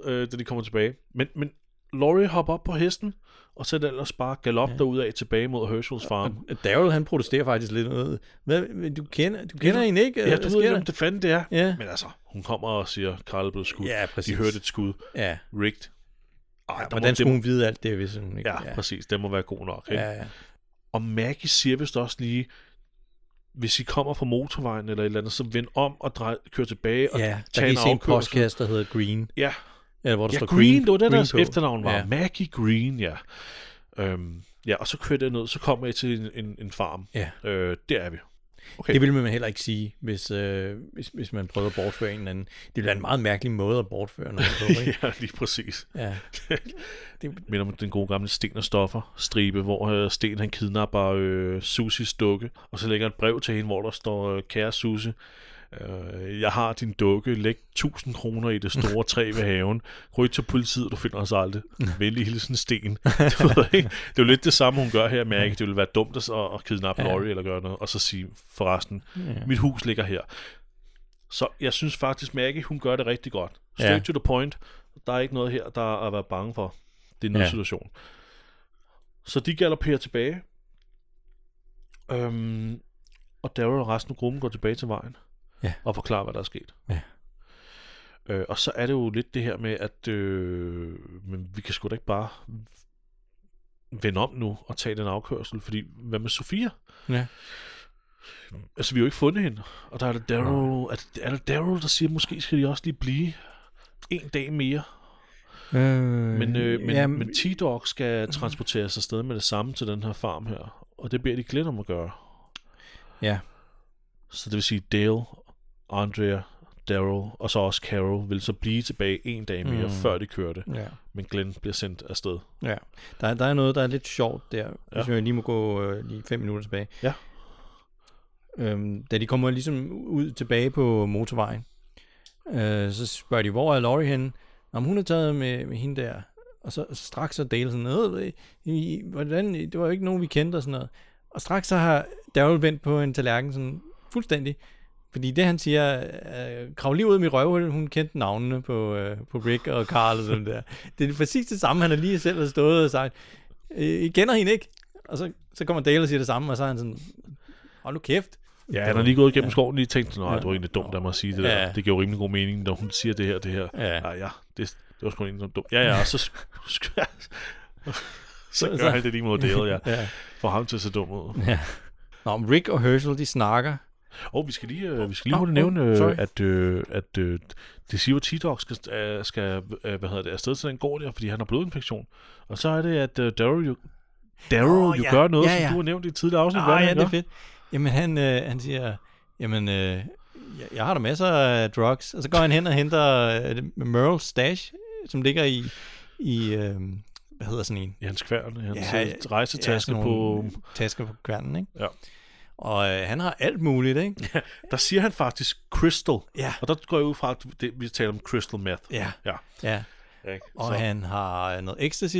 Speaker 1: øh, da de kommer tilbage. Men, men Laurie hopper op på hesten, og så er det ellers bare galop ja. derudad tilbage mod Herschels farm.
Speaker 2: Daryl, han protesterer faktisk lidt. noget. Hvad, men du kender, du kender hende ikke?
Speaker 1: Ja,
Speaker 2: Hvad
Speaker 1: du ved
Speaker 2: sker
Speaker 1: ikke,
Speaker 2: der?
Speaker 1: om det fanden det er.
Speaker 2: Ja.
Speaker 1: Men altså, hun kommer og siger, Karl er blevet skudt.
Speaker 2: Ja, præcis.
Speaker 1: De hørte et skud.
Speaker 2: Ja.
Speaker 1: Rigt. Ej, der
Speaker 2: Hvordan
Speaker 1: må,
Speaker 2: skulle
Speaker 1: det,
Speaker 2: hun vide alt det, hvis hun ikke...
Speaker 1: ja, ja, præcis. Den må være god nok. Ikke?
Speaker 2: ja,
Speaker 1: Ja.
Speaker 2: ja.
Speaker 1: Og Maggie siger vist også lige, hvis I kommer fra motorvejen eller et eller andet, så vend om og drej, kør tilbage og
Speaker 2: ja der
Speaker 1: tag
Speaker 2: kan
Speaker 1: en
Speaker 2: I se en
Speaker 1: afkørsel.
Speaker 2: postkasse, der hedder Green.
Speaker 1: Ja,
Speaker 2: Eller hvor der
Speaker 1: ja
Speaker 2: står
Speaker 1: Green, det var det,
Speaker 2: Green
Speaker 1: deres
Speaker 2: på.
Speaker 1: efternavn var.
Speaker 2: Ja.
Speaker 1: Ja. Maggie Green, ja. Øhm, ja, og så kører det ned, så kommer jeg til en, en, en farm.
Speaker 2: Ja.
Speaker 1: Øh, der er vi. Okay.
Speaker 2: Det ville man heller ikke sige, hvis, øh, hvis, hvis man prøvede at bortføre en eller anden. Det ville være en meget mærkelig måde at bortføre noget på, ikke?
Speaker 1: ja, lige præcis.
Speaker 2: ja.
Speaker 1: minder om den gode gamle Sten og Stoffer stribe, hvor øh, Sten han kidnapper øh, Susis dukke, og så lægger et brev til hende, hvor der står, øh, kære Susi, Øh, jeg har din dukke, læg 1000 kroner i det store træ ved haven, ryg til politiet, du finder os aldrig. Venlig hilsen Sten. Du ved, ikke? det er jo lidt det samme, hun gør her, men jeg, det ville være dumt at, at kidnappe
Speaker 2: Ja.
Speaker 1: Laurie eller gøre noget, og så sige forresten,
Speaker 2: Ja.
Speaker 1: mit hus ligger her. Så jeg synes faktisk, Maggie, hun gør det rigtig godt. Straight
Speaker 2: Ja.
Speaker 1: to the point. Der er ikke noget her, der er at være bange for. Det er en
Speaker 2: Ja.
Speaker 1: ja. situation. Så de galopperer tilbage. Øhm, og Daryl og resten af gruppen går tilbage til vejen.
Speaker 2: Ja.
Speaker 1: Og forklarer, hvad der er sket.
Speaker 2: Ja.
Speaker 1: Øh, og så er det jo lidt det her med, at øh, men vi kan sgu da ikke bare vende om nu og tage den afkørsel, fordi hvad med Sofia?
Speaker 2: Ja.
Speaker 1: Altså, vi har jo ikke fundet hende. Og der er det Daryl, er det, er det Daryl der siger, måske skal de også lige blive en dag mere.
Speaker 2: Øh,
Speaker 1: Men, øh, men,
Speaker 2: jamen,
Speaker 1: men T-Dog skal transportere sig afsted med det samme til den her farm her. Og det beder de Glenn om at gøre.
Speaker 2: ja.
Speaker 1: Så det vil sige, Dale, Andrea, Daryl og så også Carol vil så blive tilbage en dag mere,
Speaker 2: Mm.
Speaker 1: mm. før de kørte.
Speaker 2: ja.
Speaker 1: Men Glenn bliver sendt afsted.
Speaker 2: Ja, der, er- der er noget, der er lidt sjovt der, ja. hvis
Speaker 1: Ja.
Speaker 2: jeg lige må gå øh, lige fem minutter tilbage.
Speaker 1: Ja.
Speaker 2: Øhm, da de kommer ligesom ud tilbage på motorvejen, øh, så spørger de, hvor er Laurie henne? Om hun er taget med, med hende der. Og så straks så Dale sådan noget, hvordan, det var jo ikke nogen, vi kendte og sådan noget. Og straks så har Daryl vendt på en tallerken sådan fuldstændig. Fordi det, han siger, øh, krav lige ud af mit røvhul, hun kendte navnene på, øh, på Rick og Carl og sådan der. Det er præcis det samme, han har lige selv har stået og sagt, øh, I kender hende ikke? Og så, så kommer Dale og siger det samme, og så er han sådan, hold nu kæft.
Speaker 1: Ja, han har lige gået igennem skoven og lige tænkt, nej, det var egentlig dumt af mig at sige det der.
Speaker 2: Ja.
Speaker 1: Det giver jo rimelig god mening, når hun siger det her, det her. Ah,
Speaker 2: Ja.
Speaker 1: ja, ja det, det var sgu egentlig dumt. Ja, ja, og så, så, så
Speaker 2: så-
Speaker 1: gør han det lige mod Dale, ja.
Speaker 2: Ja.
Speaker 1: Får ham til at se dum ud.
Speaker 2: Nå, men Rick og Herschel, de snakker.
Speaker 1: Og vi skal lige, øh, vi skal lige
Speaker 2: Nå,
Speaker 1: hurtigt
Speaker 2: nå,
Speaker 1: nævne, øh,
Speaker 2: sorry.
Speaker 1: at, øh, at øh, det siger jo, at T-Dog skal, øh, skal øh, hvad hedder det, afsted til den gård der, fordi han har blodinfektion. Og så er det, at øh, Daryl jo, Daryl
Speaker 2: Åh,
Speaker 1: jo
Speaker 2: ja.
Speaker 1: gør noget,
Speaker 2: Ja, ja.
Speaker 1: som du har nævnt i et tidligere afsnit. hvad
Speaker 2: Ah, ja,
Speaker 1: han
Speaker 2: det er
Speaker 1: gør.
Speaker 2: fedt. Jamen, han, øh, han siger, jamen, øh, jeg, jeg har da masser af drugs. Og så går han hen og henter øh, Merle's stash, som ligger i, i øh, hvad hedder sådan en?
Speaker 1: I hans kværn, i hans
Speaker 2: Ja,
Speaker 1: ja, rejsetaske
Speaker 2: sådan
Speaker 1: på...
Speaker 2: nogle Tasker på kværnen, ikke?
Speaker 1: Ja.
Speaker 2: Og øh, han har alt muligt, ikke?
Speaker 1: Der siger han faktisk crystal.
Speaker 2: Ja.
Speaker 1: Og der går jeg ud fra, at det, vi taler om crystal meth.
Speaker 2: Ja.
Speaker 1: Ja.
Speaker 2: Ja,
Speaker 1: Ikke?
Speaker 2: og så. han har øh, noget ecstasy.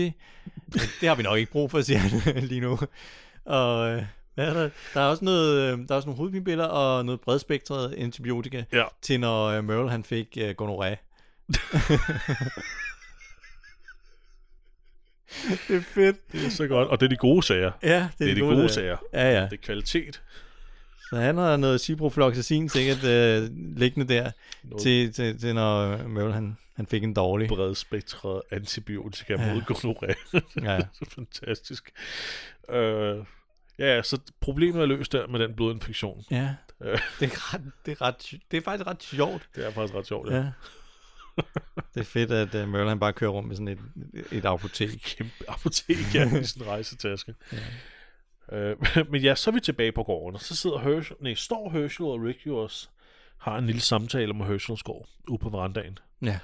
Speaker 2: Det har vi nok ikke brug for, siger han lige nu. Og øh, hvad er der? Der er også, noget, øh, der er også nogle hovedpinebiller og noget bredspektret antibiotika
Speaker 1: Ja.
Speaker 2: til, når øh, Merle han fik øh, gonoré. det er fedt.
Speaker 1: Det er så godt. Og det er de gode sager.
Speaker 2: Ja,
Speaker 1: Det er de gode sager.
Speaker 2: øh, Ja, ja.
Speaker 1: Det er kvalitet.
Speaker 2: Så han har noget ciprofloxacin sikkert øh, liggende der,
Speaker 1: Noget
Speaker 2: til, til, til når øh, Merle han, han fik en dårlig.
Speaker 1: bredspektret antibiotika mod gonoré.
Speaker 2: Ja.
Speaker 1: så fantastisk. Øh, ja, så problemet er løst der med den blodinfektion.
Speaker 2: Ja,
Speaker 1: Øh.
Speaker 2: det er, ret, det, er ret, sj- det er faktisk ret sjovt.
Speaker 1: Det er faktisk ret sjovt. Ja.
Speaker 2: Ja. Det er fedt, at uh, Merle han bare kører rundt med sådan et, et apotek.
Speaker 1: Kæmpe apotek ja, i sådan en rejsetaske. Ja. Øh, men ja, så er vi tilbage på gården, og så sidder Herschel, nej, står Herschel og Rick jo også, har en lille samtale om Herschels gård ude på verandaen.
Speaker 2: Ja.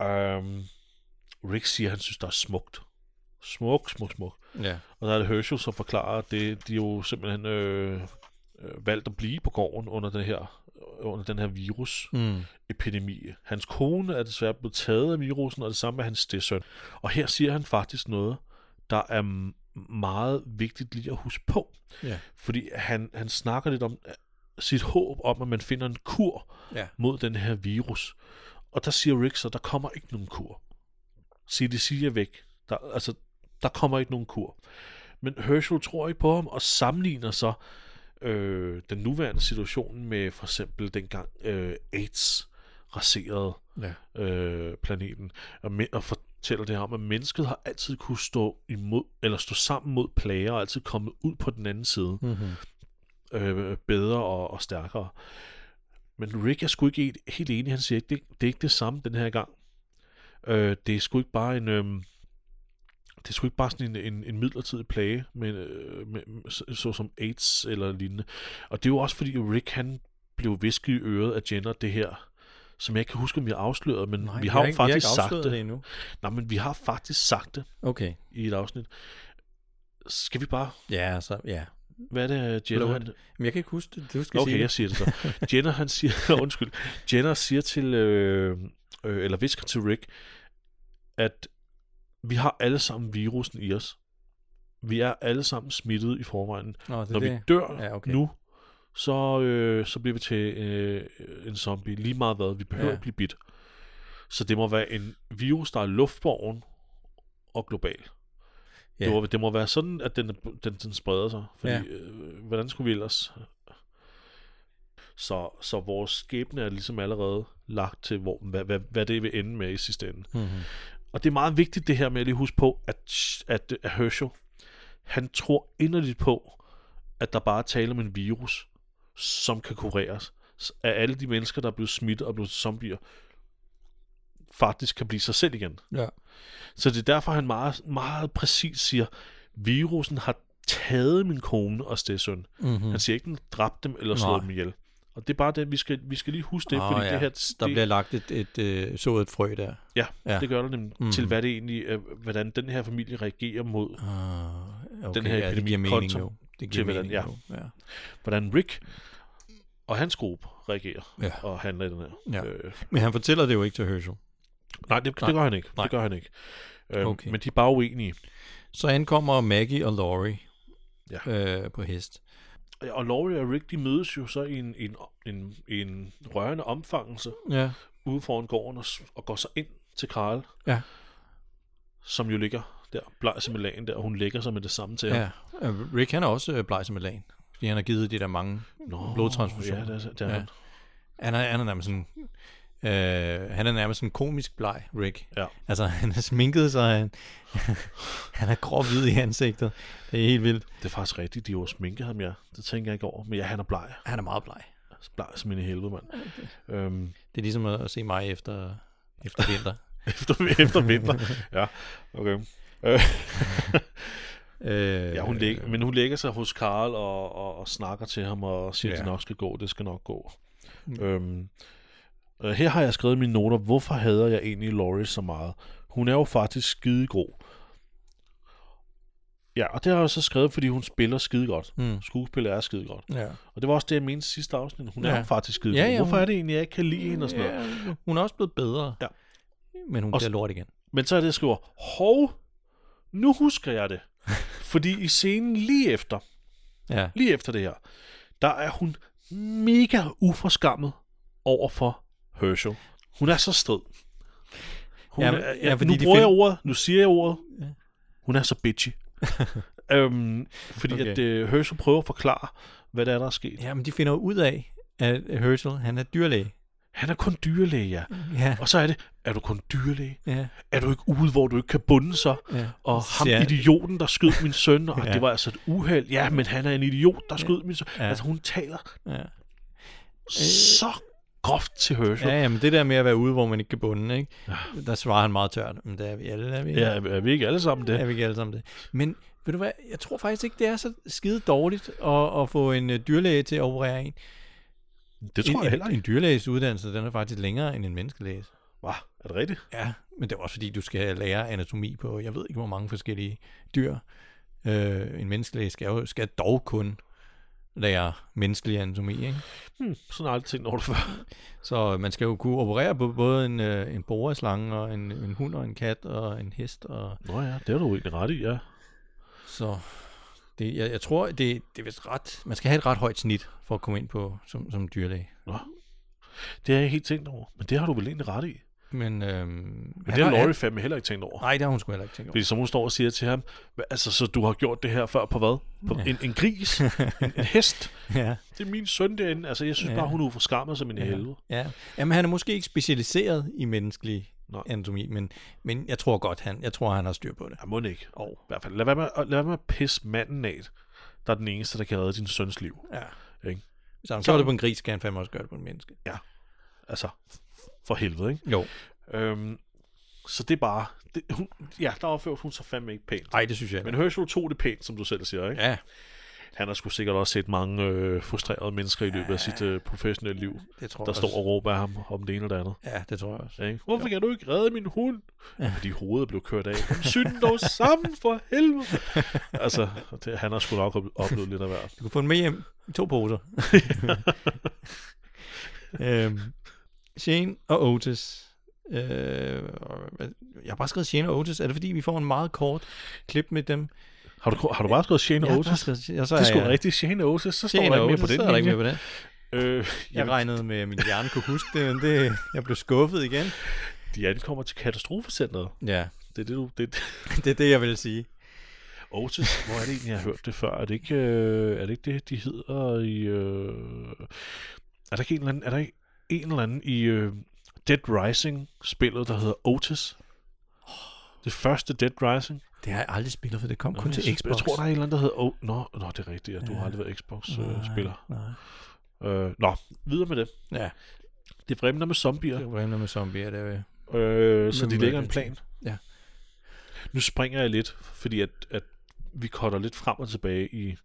Speaker 1: Um, Rick siger, at han synes, der er smukt. Smuk, smuk, smuk.
Speaker 2: ja.
Speaker 1: Og der er det Herschel, som forklarer, at det, de jo simpelthen øh, øh, valgt at blive på gården under den her, under den her virus
Speaker 2: Mm.
Speaker 1: epidemi. Hans kone er desværre blevet taget af virusen, og det samme med hans stedsøn. Og her siger han faktisk noget, der er m- meget vigtigt lige at huske på.
Speaker 2: Ja.
Speaker 1: Fordi han, han snakker lidt om øh, sit håb om, at man finder en kur
Speaker 2: Ja.
Speaker 1: mod den her virus. Og der siger Rick så, der kommer ikke nogen kur. CDC er væk. Der, altså, der kommer ikke nogen kur. Men Herschel tror ikke på ham, og sammenligner så øh, den nuværende situation med for eksempel dengang øh, AIDS raserede
Speaker 2: Ja.
Speaker 1: øh, planeten, og, men, og fortæller det her om, at mennesket har altid kunne stå imod, eller stå sammen mod plager, og altid komme ud på den anden side
Speaker 2: Mm-hmm.
Speaker 1: øh, bedre og, og stærkere. Men Rick er sgu ikke helt, helt enig. Han siger, at det, det er ikke det samme den her gang. Øh, det er sgu ikke bare en... Øh, det er sgu ikke bare sådan en, en, en midlertidig plage, men, øh, med, så, såsom AIDS eller lignende. Og det er jo også fordi Rick, han blev visket i øret af Jenner, det her, som jeg ikke kan huske, om vi har afsløret, men Nej, vi har jo
Speaker 2: ikke,
Speaker 1: faktisk
Speaker 2: vi har ikke
Speaker 1: sagt
Speaker 2: afsløret
Speaker 1: det.
Speaker 2: det.
Speaker 1: det.
Speaker 2: endnu.
Speaker 1: Nej, men vi har faktisk sagt det
Speaker 2: Okay.
Speaker 1: i et afsnit. Skal vi bare
Speaker 2: Ja, så, ja.
Speaker 1: Hvad er det, Jenner? Han...
Speaker 2: Men jeg kan ikke huske det. Du skal
Speaker 1: Okay,
Speaker 2: sige
Speaker 1: jeg
Speaker 2: det.
Speaker 1: siger det så. Jenner, han siger, undskyld, Jenner siger til, øh, øh, eller visker til Rick, at vi har alle sammen virusen i os. Vi er alle sammen smittet i forvejen.
Speaker 2: Nå, det, er
Speaker 1: Når vi
Speaker 2: det.
Speaker 1: dør ja,
Speaker 2: Ja,
Speaker 1: okay.
Speaker 2: okay.
Speaker 1: nu, så, øh, så bliver vi til øh, en zombie. Lige meget hvad, vi behøver ja.
Speaker 2: Ja.
Speaker 1: at blive bidt. Så det må være en virus, der er luftborgen og global. Ja.
Speaker 2: Ja.
Speaker 1: Det, må, det må være sådan, at den, den, den spreder sig. Fordi, ja.
Speaker 2: Ja.
Speaker 1: øh, hvordan skulle vi ellers... Så, så vores skæbne er ligesom allerede lagt til, hvor, hvad, hvad, hvad det vil ende med i sidste ende.
Speaker 2: Mhm.
Speaker 1: Og det er meget vigtigt det her med at lige huske på, at, at, at Herschel, han tror inderligt på, at der bare er tale om en virus, som kan kureres. S- At alle de mennesker, der er blevet smittet og blevet zombier, faktisk kan blive sig selv igen.
Speaker 2: Ja.
Speaker 1: Så det er derfor, han meget, meget præcis siger, virusen har taget min kone og stedsøn.
Speaker 2: Mm-hmm.
Speaker 1: Han siger ikke, den dræbte dem eller slog
Speaker 2: Nej.
Speaker 1: dem ihjel. Og det er bare det, vi skal, vi skal lige huske det, oh,
Speaker 2: Åh,
Speaker 1: fordi ja. det
Speaker 2: ja.
Speaker 1: her...
Speaker 2: Der
Speaker 1: det,
Speaker 2: bliver lagt et, et øh, sået et frø der.
Speaker 1: Ja, ja,
Speaker 2: Ja.
Speaker 1: det gør der nemlig mm.
Speaker 2: Mhm.
Speaker 1: til, hvad det egentlig er, hvordan den her familie reagerer mod,
Speaker 2: Ah, okay,
Speaker 1: Den her
Speaker 2: ja, det
Speaker 1: epidemi
Speaker 2: giver mening
Speaker 1: kontra
Speaker 2: jo. Det
Speaker 1: til,
Speaker 2: giver
Speaker 1: hvordan-
Speaker 2: mening
Speaker 1: ja.
Speaker 2: jo. Ja.
Speaker 1: hvordan Rick og hans gruppe reagerer
Speaker 2: Ja.
Speaker 1: og handler i den her.
Speaker 2: Ja.
Speaker 1: Øh,
Speaker 2: Men han fortæller det jo ikke til Herschel.
Speaker 1: nej, det,
Speaker 2: Nej.
Speaker 1: det gør han ikke.
Speaker 2: Nej.
Speaker 1: Det gør han ikke. Øhm,
Speaker 2: Okay.
Speaker 1: Men de er bare uenige.
Speaker 2: Så ankommer Maggie og Laurie
Speaker 1: Ja.
Speaker 2: øh, på hest.
Speaker 1: Og Laurie og Rick, de mødes jo så i en, en, en, en rørende omfangelse
Speaker 2: Ja.
Speaker 1: ude foran gården og, s- og går så ind til Karl,
Speaker 2: Ja.
Speaker 1: som jo ligger der, bleg som i lagen der, og hun lægger sig med det samme til ham.
Speaker 2: ja. Øh, Rick han er også øh, bleg som et lagen, fordi han har givet de der mange.
Speaker 1: Nå,
Speaker 2: Blodtransfusion.
Speaker 1: Ja, det er, det er ja.
Speaker 2: Ja.
Speaker 1: han.
Speaker 2: Han er, han er nærmest sådan... Øh, han er nærmest sådan komisk bleg, Rick.
Speaker 1: Ja.
Speaker 2: Altså, han er sminket, så han, han er gråhvid i ansigtet. Det er helt vildt.
Speaker 1: Det er faktisk rigtigt, de har jo sminket ham, ja. Det tænker jeg ikke over. Men ja, han er bleg.
Speaker 2: Han er meget bleg.
Speaker 1: Bleg som en i helvede, mand. Øhm,
Speaker 2: Det er ligesom at, at se mig efter, efter vinter.
Speaker 1: efter, efter vinter. Ja, okay. Øh,
Speaker 2: øh,
Speaker 1: ja, hun læg, men hun lægger sig hos Karl og, og, og snakker til ham og siger, at
Speaker 2: Ja.
Speaker 1: det nok skal gå, det skal nok gå. Mm.
Speaker 2: Mm.
Speaker 1: Øhm, øh, her har jeg skrevet i mine noter, hvorfor hader jeg egentlig Laurie så meget? Hun er jo faktisk skidegod. Ja, og det har jeg jo så skrevet, fordi hun spiller skide godt.
Speaker 2: Mm.
Speaker 1: Skuespiller er skide godt.
Speaker 2: Ja.
Speaker 1: Og det var også det, jeg mente sidste afsnit. Hun ja. er
Speaker 2: Ja.
Speaker 1: jo faktisk skide
Speaker 2: Ja,
Speaker 1: god.
Speaker 2: ja,
Speaker 1: Hvorfor
Speaker 2: hun-
Speaker 1: er det egentlig, jeg ikke kan lide hende og sådan noget?
Speaker 2: Ja, hun er også blevet bedre.
Speaker 1: Ja.
Speaker 2: Men hun
Speaker 1: Og
Speaker 2: bliver lort igen.
Speaker 1: Men så er det, jeg skriver, hov, nu husker jeg det. Fordi i scenen lige efter,
Speaker 2: Ja.
Speaker 1: lige efter det her, der er hun mega uforskammet over for Herschel. Hun er så strid. Hun
Speaker 2: Ja,
Speaker 1: ja,
Speaker 2: men-
Speaker 1: er, ja,
Speaker 2: ja, fordi
Speaker 1: nu
Speaker 2: de
Speaker 1: bruger jeg
Speaker 2: find-
Speaker 1: ordet, nu siger jeg ordet.
Speaker 2: Ja.
Speaker 1: Hun er så bitchy. øhm, fordi okay.
Speaker 2: Okay.
Speaker 1: at øh, Herschel prøver at forklare, hvad der er, der er sket.
Speaker 2: ja, men de finder jo ud af, at Herschel, han er dyrlæge.
Speaker 1: Han er kun dyrlæge, ja.
Speaker 2: Ja,
Speaker 1: Og så er det, er du kun dyrlæge?
Speaker 2: ja,
Speaker 1: Er du ikke ude, hvor du ikke kan bunde sig?
Speaker 2: ja.
Speaker 1: Og
Speaker 2: Så
Speaker 1: ham
Speaker 2: siger-
Speaker 1: idioten, der skød min søn, og ja.
Speaker 2: Ja.
Speaker 1: det var altså et uheld. Ja, men han er en idiot, der skød min søn. Ja.
Speaker 2: Ja.
Speaker 1: Altså, hun taler
Speaker 2: Ja.
Speaker 1: så groft til Herschel.
Speaker 2: ja, ja, men det der med at være ude, hvor man ikke kan bunde, ikke? der svarer han meget tørt. Men det er vi alle, er vi ikke?
Speaker 1: Ja, er vi ikke alle sammen
Speaker 2: Er
Speaker 1: det?
Speaker 2: vi ikke alle sammen det? Men ved du hvad, jeg tror faktisk ikke, det er så skide dårligt at, at få en øh, dyrlæge til at operere en.
Speaker 1: Det tror
Speaker 2: en,
Speaker 1: jeg heller
Speaker 2: en,
Speaker 1: ikke.
Speaker 2: en dyrlæges uddannelse, den er faktisk længere end en menneskelæges.
Speaker 1: Hva? Er det rigtigt?
Speaker 2: Ja, men det er også fordi, du skal lære anatomi på, jeg ved ikke, hvor mange forskellige dyr. Øh, en menneskelæge skal, jo, skal dog kun lære menneskelig anatomi, ikke?
Speaker 1: Hmm, sådan har jeg aldrig tænkt over det før.
Speaker 2: Så man skal jo kunne operere på både en, øh, en boreslange og en, en hund og en kat og en hest. Og,
Speaker 1: Nå ja, det er du egentlig ret i, ja.
Speaker 2: så det, jeg, jeg tror, det, det er vist ret, man skal have et ret højt snit for at komme ind på som, som dyrlæge.
Speaker 1: Nå. Det har jeg ikke helt tænkt over. Men det har du vel egentlig ret i.
Speaker 2: Men, øhm, men
Speaker 1: Men det har Laurie fandme heller ikke tænkt over.
Speaker 2: Nej, det har hun sgu heller ikke tænkt over.
Speaker 1: Fordi som hun står og siger til ham, "Hva, altså, så du har gjort det her før på hvad? På en, en gris? en, en hest?
Speaker 2: Ja.
Speaker 1: Det er min søn derinde. Altså, jeg synes
Speaker 2: Ja.
Speaker 1: bare, hun er uforskammet som en helvede.
Speaker 2: Ja, Jamen, han er måske ikke specialiseret i menneskelig
Speaker 1: Nej.
Speaker 2: Nej. anatomi, men, men jeg tror godt, han, jeg tror, han har styr på det.
Speaker 1: Ja, må den ikke.
Speaker 2: Og,
Speaker 1: I hvert fald, lad være med, at- lad være med at pisse manden af, der er den eneste, der kan redde din søns liv.
Speaker 2: ja.
Speaker 1: Ikke?
Speaker 2: Hvis han gør det på en gris, kan han fandme også gøre det på en menneske.
Speaker 1: Altså, for helvede, ikke?
Speaker 2: Jo.
Speaker 1: Øhm, så det er bare... Det, hun, ja, der opførte hun sig fandme ikke pænt.
Speaker 2: Nej, det synes jeg ikke.
Speaker 1: Men Herschel tog det pænt, som du selv siger, ikke?
Speaker 2: Ja.
Speaker 1: Han har sgu sikkert også set mange øh, frustrerede mennesker i løbet af sit øh, professionelle liv,
Speaker 2: Det tror
Speaker 1: der
Speaker 2: jeg
Speaker 1: står
Speaker 2: også.
Speaker 1: og råber af ham om det ene eller det andet.
Speaker 2: Ja, det tror jeg også.
Speaker 1: Ikke? Hvorfor kan du ikke redde min hund? Ja. Fordi hovedet blev kørt af. Kom, Syn den dog sammen for helvede. altså, det, han har sgu nok op- oplevet lidt af hvert.
Speaker 2: Du kan få den med hjem i to poser. øhm, Shane og Otis. Øh, og hvad- jeg har bare skrevet Shane og Otis. Er det fordi, vi får en meget kort klip med dem?
Speaker 1: Har du, har du bare skrevet Shane
Speaker 2: Jeg har
Speaker 1: Otis?
Speaker 2: bare skrevet, og så
Speaker 1: Det er sgu
Speaker 2: jeg-
Speaker 1: rigtigt. Shane Otis, så står
Speaker 2: Shane
Speaker 1: der ikke
Speaker 2: og
Speaker 1: mere
Speaker 2: Otis,
Speaker 1: på den
Speaker 2: så er der ikke
Speaker 1: linje.
Speaker 2: mere på den.
Speaker 1: Øh,
Speaker 2: Jeg
Speaker 1: jamen,
Speaker 2: regnede med, at min hjerne kunne huske det, men det, jeg blev skuffet igen.
Speaker 1: de ankommer til katastrofecenteret.
Speaker 2: Ja,
Speaker 1: Det er det, du... Det,
Speaker 2: det er det, jeg ville sige.
Speaker 1: Otis, hvor er det egentlig, jeg har hørt det før? Er det ikke, øh, er det, ikke det, de hedder i... Øh, er, der ikke en eller anden, er der ikke en eller anden i øh, Dead Rising-spillet, der hedder Otis? Det første Dead Rising.
Speaker 2: Det har jeg aldrig spillet, for det kom
Speaker 1: Nå,
Speaker 2: kun
Speaker 1: jeg
Speaker 2: til
Speaker 1: synes-
Speaker 2: Xbox.
Speaker 1: Jeg tror, der er en eller anden, der hedder... O- nå, nå, det er rigtigt, ja. Du har
Speaker 2: Ja.
Speaker 1: aldrig været
Speaker 2: Nej,
Speaker 1: Xbox-spiller.
Speaker 2: nej.
Speaker 1: Øh, nå, videre med det.
Speaker 2: Ja,
Speaker 1: Det vrimler med zombier,
Speaker 2: det var emner med zombier, det er jo-
Speaker 1: øh, så
Speaker 2: Men
Speaker 1: de lægger en
Speaker 2: Murder
Speaker 1: plan.
Speaker 2: Ja.
Speaker 1: Nu springer jeg lidt, fordi at, at vi cutter lidt frem og tilbage i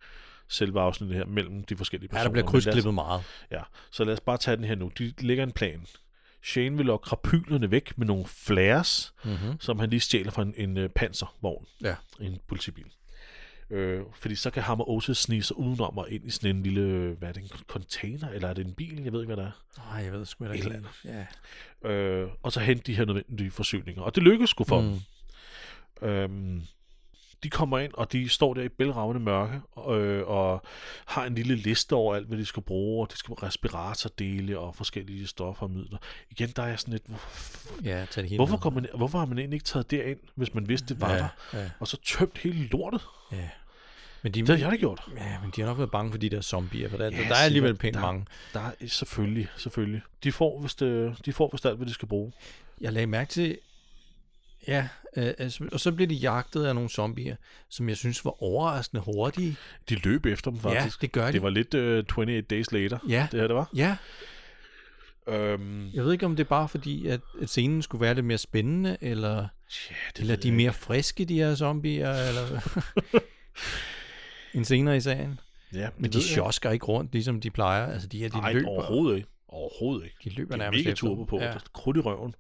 Speaker 1: selve afsnittet her mellem de forskellige
Speaker 2: Ja,
Speaker 1: personer.
Speaker 2: der bliver
Speaker 1: Men lad os-
Speaker 2: krydsklippet meget.
Speaker 1: Ja, så lad os bare tage den her nu. De lægger en plan. Shane vil lokke krapylerne væk med nogle flares,
Speaker 2: Mm-hmm.
Speaker 1: som han lige stjæler fra en, en øh, panservogn.
Speaker 2: Ja.
Speaker 1: En politibil. Øh, fordi så kan ham og Otis snige sig udenom og ind i sådan en lille, øh, hvad er det, en container? Eller er det en bil? Jeg ved ikke, hvad det er.
Speaker 2: Nej, jeg ved sgu heller
Speaker 1: Et
Speaker 2: ikke.
Speaker 1: eller
Speaker 2: Ja.
Speaker 1: Øh, og så hente de her nødvendige forsyninger. Og det lykkes sgu for mm.
Speaker 2: Hmm.
Speaker 1: dem. Øhm, de kommer ind, og de står der i bælragende mørke, øh, og har en lille liste over alt, hvad de skal bruge, og de skal bruge respiratordele og forskellige stoffer og midler. Igen, der er sådan lidt, hvor-
Speaker 2: Ja, tag det hele
Speaker 1: hvorfor,
Speaker 2: med.
Speaker 1: kom man, hvorfor har man egentlig ikke taget derind, hvis man vidste, det var ja.
Speaker 2: ja,
Speaker 1: der?
Speaker 2: ja,
Speaker 1: Og så tømt hele lortet.
Speaker 2: ja. Men de,
Speaker 1: Det havde jeg da gjort.
Speaker 2: ja, men de har nok været bange for de der zombier, for der,
Speaker 1: Ja,
Speaker 2: ja, der er alligevel
Speaker 1: sikkert.
Speaker 2: pænt
Speaker 1: Der-
Speaker 2: mange.
Speaker 1: Der er, selvfølgelig, selvfølgelig. De får, hvis det, de får vist alt, hvad de skal bruge.
Speaker 2: Jeg lagde mærke til, ja, øh, altså, og så blev de jagtet af nogle zombier, som jeg synes var overraskende hurtige.
Speaker 1: De løb efter dem faktisk.
Speaker 2: Ja, det gør de.
Speaker 1: Det var lidt uh, 28 Days Later,
Speaker 2: Ja,
Speaker 1: det her det var.
Speaker 2: ja.
Speaker 1: Øhm,
Speaker 2: Jeg ved ikke, om det er bare fordi, at, at scenen skulle være lidt mere spændende, eller,
Speaker 1: ja, det
Speaker 2: eller
Speaker 1: ved
Speaker 2: de er
Speaker 1: jeg
Speaker 2: mere friske, de her zombier, eller end senere i sagen.
Speaker 1: ikke. Ja,
Speaker 2: Men
Speaker 1: det
Speaker 2: de
Speaker 1: ved jeg ikke.
Speaker 2: sjosker ikke rundt, ligesom de plejer. Altså, de her, de
Speaker 1: Nej,
Speaker 2: løber.
Speaker 1: overhovedet ikke. Overhovedet ikke.
Speaker 2: De løber
Speaker 1: Det er
Speaker 2: nærmest
Speaker 1: mega
Speaker 2: efter dem.
Speaker 1: turbo på. Ja.
Speaker 2: Ja.
Speaker 1: Krudt i røven.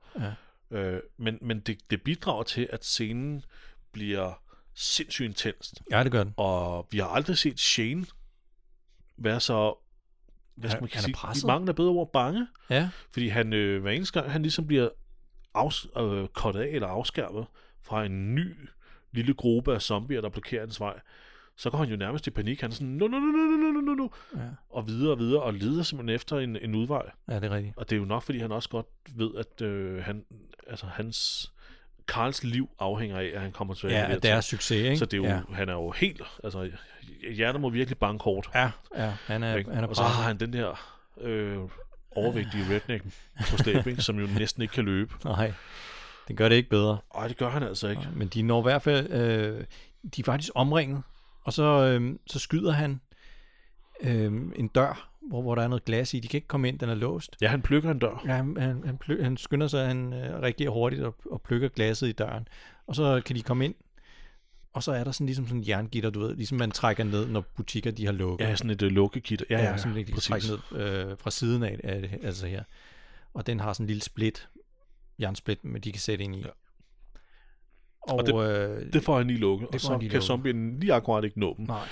Speaker 2: Ja.
Speaker 1: Øh, men men det, det bidrager til, at scenen bliver sindssygt intens.
Speaker 2: ja, det gør den.
Speaker 1: Og vi har aldrig set Shane være så... Hvad skal
Speaker 2: Han-
Speaker 1: man kan
Speaker 2: han er
Speaker 1: sige?
Speaker 2: presset.
Speaker 1: I mange er bedre ord bange.
Speaker 2: Ja,
Speaker 1: Fordi han, øh, hver eneste gang, han ligesom bliver afs- øh, kottet af eller afskærmet fra en ny lille gruppe af zombier, der blokerer hans vej, så går han jo nærmest i panik. Han er sådan, no, no, no, no, no, no, no, no,
Speaker 2: ja.
Speaker 1: og videre og videre, og leder simpelthen efter en, en udvej.
Speaker 2: ja det er rigtigt.
Speaker 1: Og det er jo nok, fordi han også godt ved, at øh, han, altså, hans, Karls liv afhænger af, at han kommer tilbage.
Speaker 2: Ja,
Speaker 1: med
Speaker 2: at
Speaker 1: det
Speaker 2: det
Speaker 1: her
Speaker 2: er
Speaker 1: ting.
Speaker 2: succes, ikke?
Speaker 1: Så det er jo,
Speaker 2: Ja,
Speaker 1: ja. han er jo helt, altså, hjertet må virkelig banke hårdt.
Speaker 2: ja, ja. han er,
Speaker 1: ikke?
Speaker 2: han er
Speaker 1: og så
Speaker 2: presset.
Speaker 1: har han den der øh, overvægtige redneck på slæb, ikke? som jo næsten ikke kan løbe.
Speaker 2: Nej, det gør det ikke bedre.
Speaker 1: Ej, det gør han altså ikke.
Speaker 2: Men de når i hvert fald, øh, de er faktisk omringet, og så, øh, så skyder han øh, en dør, hvor, hvor der er noget glas i. De kan ikke komme ind, den er låst.
Speaker 1: Ja, han plukker en dør.
Speaker 2: Ja, han, han, han, plø, han skynder sig, han øh, reagerer hurtigt og, og plukker glasset i døren. Og så kan de komme ind, og så er der sådan ligesom sådan en jerngitter, du ved, ligesom man trækker ned, når butikker de har lukket.
Speaker 1: Ja, sådan et øh, lukkegitter. Ja, ja, ja,
Speaker 2: som de kan
Speaker 1: præcis.
Speaker 2: trække ned øh, fra siden af, af det, altså her. Og den har sådan en lille split, jernsplit, men de kan sætte ind i. Ja. Og,
Speaker 1: Og
Speaker 2: øh,
Speaker 1: Det får han lige lukket, og
Speaker 2: får
Speaker 1: så
Speaker 2: han lige
Speaker 1: kan
Speaker 2: lukket.
Speaker 1: zombien lige akkurat ikke nå dem.
Speaker 2: Nej.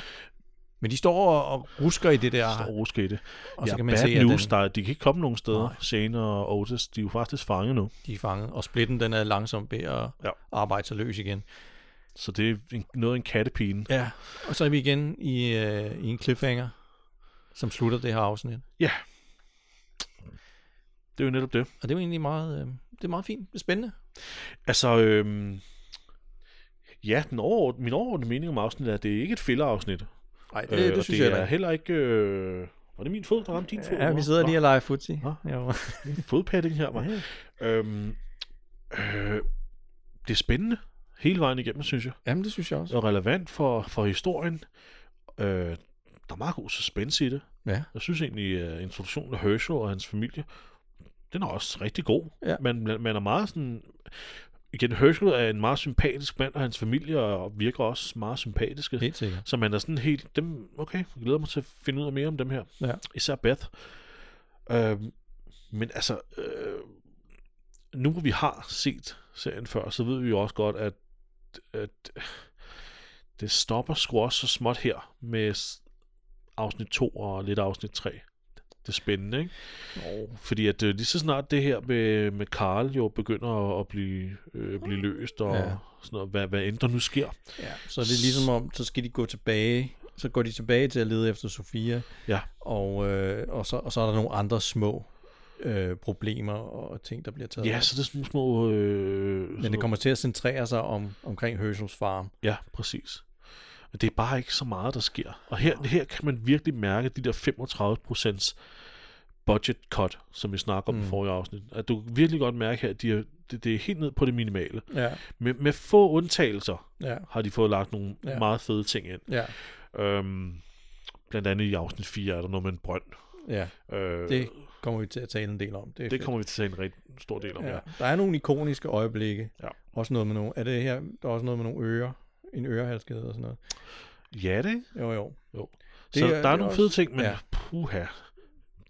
Speaker 2: Men de står og, og rusker i det der,
Speaker 1: Der er ruske i det.
Speaker 2: og så
Speaker 1: ja,
Speaker 2: kan man
Speaker 1: bad
Speaker 2: se, at
Speaker 1: news,
Speaker 2: den,
Speaker 1: der, de kan ikke komme nogen steder.
Speaker 2: Nej.
Speaker 1: Shane og Otis, de er jo faktisk fanget nu.
Speaker 2: de er fanget, og splitten den er langsomt ved at
Speaker 1: Ja.
Speaker 2: ja. arbejde sig løs igen.
Speaker 1: Så det er en, noget af en kattepine.
Speaker 2: Ja. Og så er vi igen i, øh, i en cliffhanger, som slutter det her afsnit.
Speaker 1: Det er jo netop det.
Speaker 2: Og det er jo egentlig meget, øh, det er meget fint, det er spændende.
Speaker 1: Altså, øhm, ja, den overord, min overordnede mening om afsnittet er, at det er ikke et filler-afsnit.
Speaker 2: Nej, det, øh,
Speaker 1: og
Speaker 2: det synes jeg
Speaker 1: er
Speaker 2: da.
Speaker 1: heller ikke... Øh, var det min fod, der ramte din fod?
Speaker 2: Ja, vi
Speaker 1: Nå,
Speaker 2: sidder lige og leger futsi.
Speaker 1: Nå.
Speaker 2: Jo.
Speaker 1: nå, Fodpadding her, man. Øhm, øh, det er spændende hele vejen igennem, synes jeg.
Speaker 2: Jamen, det synes jeg også.
Speaker 1: Og relevant for, for historien. Øh, der er meget god suspense i det.
Speaker 2: Ja.
Speaker 1: Jeg synes egentlig, at introduktionen af Herschel og hans familie, den er også rigtig god.
Speaker 2: Ja.
Speaker 1: Man, man er meget sådan... igen, Herschel er en meget sympatisk mand, og hans familie og virker også meget sympatiske.
Speaker 2: Helt sikkert.
Speaker 1: Så man er sådan helt, dem, okay, jeg glæder mig til at finde ud af mere om dem her.
Speaker 2: Ja.
Speaker 1: Især Beth. Øhm, men altså, øh, nu hvor vi har set serien før, så ved vi jo også godt, at, at det stopper sgu også så småt her med s- afsnit 2 og lidt afsnit 3. Det er spændende, ikke?
Speaker 2: Oh.
Speaker 1: Fordi at øh, lige så snart det her med, med Karl jo begynder at, at blive, øh, blive løst, og
Speaker 2: Mm. Ja.
Speaker 1: ja. sådan noget, hvad, hvad end der nu sker.
Speaker 2: Ja, så er det ligesom om, så skal de gå tilbage, så går de tilbage til at lede efter Sofia,
Speaker 1: Ja.
Speaker 2: og, øh, og, så, og så er der nogle andre små øh, problemer og ting, der bliver taget
Speaker 1: Ja,
Speaker 2: op.
Speaker 1: så det er sådan nogle små... Øh, sådan
Speaker 2: Men det
Speaker 1: noget-
Speaker 2: kommer til at centrere sig om, omkring Herschels farm.
Speaker 1: Ja, præcis. Men det er bare ikke så meget, der sker. Og her, her kan man virkelig mærke de der 35 procents budget cut, som vi snakker om mm. i forrige afsnit. At du kan virkelig godt mærke her, at de er, det, det er helt ned på det minimale.
Speaker 2: Ja,
Speaker 1: Med, med få undtagelser
Speaker 2: ja,
Speaker 1: har de fået lagt nogle
Speaker 2: Ja.
Speaker 1: ja. meget fede ting ind.
Speaker 2: ja.
Speaker 1: Øhm, blandt andet i afsnit 4 er der noget med en brønd.
Speaker 2: ja.
Speaker 1: Øh,
Speaker 2: Det kommer vi til at tale en del om. Det, er
Speaker 1: det
Speaker 2: fedt.
Speaker 1: kommer vi til at tage en rigtig stor del om ja.
Speaker 2: ja.
Speaker 1: her.
Speaker 2: Der er nogle ikoniske øjeblikke.
Speaker 1: Ja.
Speaker 2: Også noget med nogle, er det her, der er også noget med nogle ører, en ørehalskede og sådan noget.
Speaker 1: Ja, det
Speaker 2: Jo, jo.
Speaker 1: Jo.
Speaker 2: Det
Speaker 1: så
Speaker 2: er-
Speaker 1: der er,
Speaker 2: det er
Speaker 1: nogle
Speaker 2: også-
Speaker 1: fede ting, men
Speaker 2: ja.
Speaker 1: ja. puha,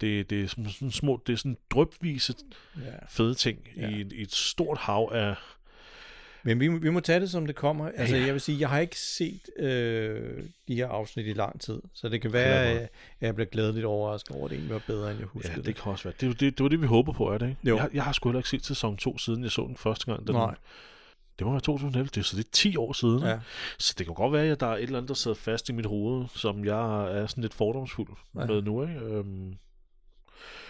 Speaker 1: det, det er sådan, sådan små, det er sådan drøbvise
Speaker 2: Ja.
Speaker 1: fede ting ja.
Speaker 2: Ja.
Speaker 1: i, et, i et stort hav af...
Speaker 2: Men vi, må- vi må tage det, som det kommer. Altså,
Speaker 1: ja.
Speaker 2: jeg vil sige, jeg har ikke set øh, de her afsnit i lang tid, så det kan
Speaker 1: Heller
Speaker 2: være,
Speaker 1: ikke
Speaker 2: at jeg bliver glædeligt overrasket over, at det egentlig var bedre, end jeg huskede
Speaker 1: Ja, det kan også være. Det, er jo det, det var det, vi håber på, er det ikke?
Speaker 2: Jo.
Speaker 1: Jeg, jeg har sgu heller ikke set sæson 2, siden jeg så den første gang. Da
Speaker 2: Nej.
Speaker 1: Den, det må være 2011, det, er- så det er 10 år siden.
Speaker 2: Ja.
Speaker 1: Ja. Så det kan godt være, at der er et eller andet, der sidder fast i mit hoved, som jeg er sådan lidt fordomsfuld
Speaker 2: Ja.
Speaker 1: ja. med nu. Ikke? Øhm,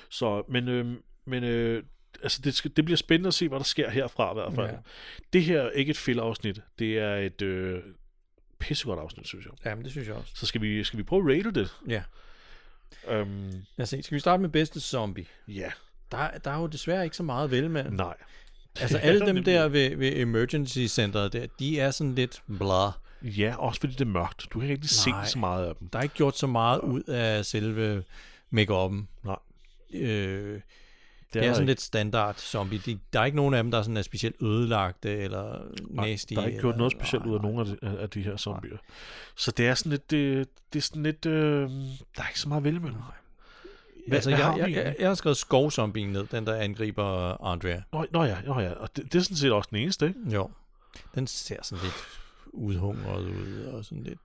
Speaker 1: så, men, øhm, men øh, altså det, skal, det bliver spændende at se, hvad der sker herfra i hvert fald.
Speaker 2: Ja.
Speaker 1: Ja. Det her er ikke et filler-afsnit. Det er et øh, pissegodt afsnit, synes jeg.
Speaker 2: Jamen, det synes jeg også.
Speaker 1: Så skal vi, skal vi prøve at rate det.
Speaker 2: Ja.
Speaker 1: Øhm,
Speaker 2: Lad os se. Skal vi starte med bedste zombie?
Speaker 1: ja,
Speaker 2: Der, der er jo desværre ikke så meget vel, mand.
Speaker 1: nej.
Speaker 2: Altså,
Speaker 1: Det er
Speaker 2: alle
Speaker 1: der
Speaker 2: dem
Speaker 1: nemlig.
Speaker 2: der ved, ved emergency centeret der, de er sådan lidt blah.
Speaker 1: Ja, også fordi det er mørkt. Du kan ikke rigtig
Speaker 2: Nej.
Speaker 1: se så meget af dem.
Speaker 2: Der er ikke gjort så meget ud af selve make-up'en.
Speaker 1: Nej.
Speaker 2: Øh,
Speaker 1: der
Speaker 2: det er sådan
Speaker 1: ikke.
Speaker 2: lidt standard zombie. De, der er ikke nogen af dem, der sådan er specielt ødelagte eller nasty.
Speaker 1: Der er ikke gjort
Speaker 2: eller,
Speaker 1: noget specielt
Speaker 2: nej,
Speaker 1: ud af nogen af de, af- af de her zombier. Så det er sådan lidt... Det, det er sådan lidt øh, der er ikke så meget velmølle.
Speaker 2: Hvad, altså,
Speaker 1: hvad
Speaker 2: jeg,
Speaker 1: har
Speaker 2: jeg,
Speaker 1: vi
Speaker 2: jeg, jeg har skrevet skovzombien ned, den der angriber Andrea.
Speaker 1: Nå, nå ja, nå ja. Og det, det er sådan set også den eneste, ikke?
Speaker 2: Jo. Den ser sådan lidt udhungret ud og sådan lidt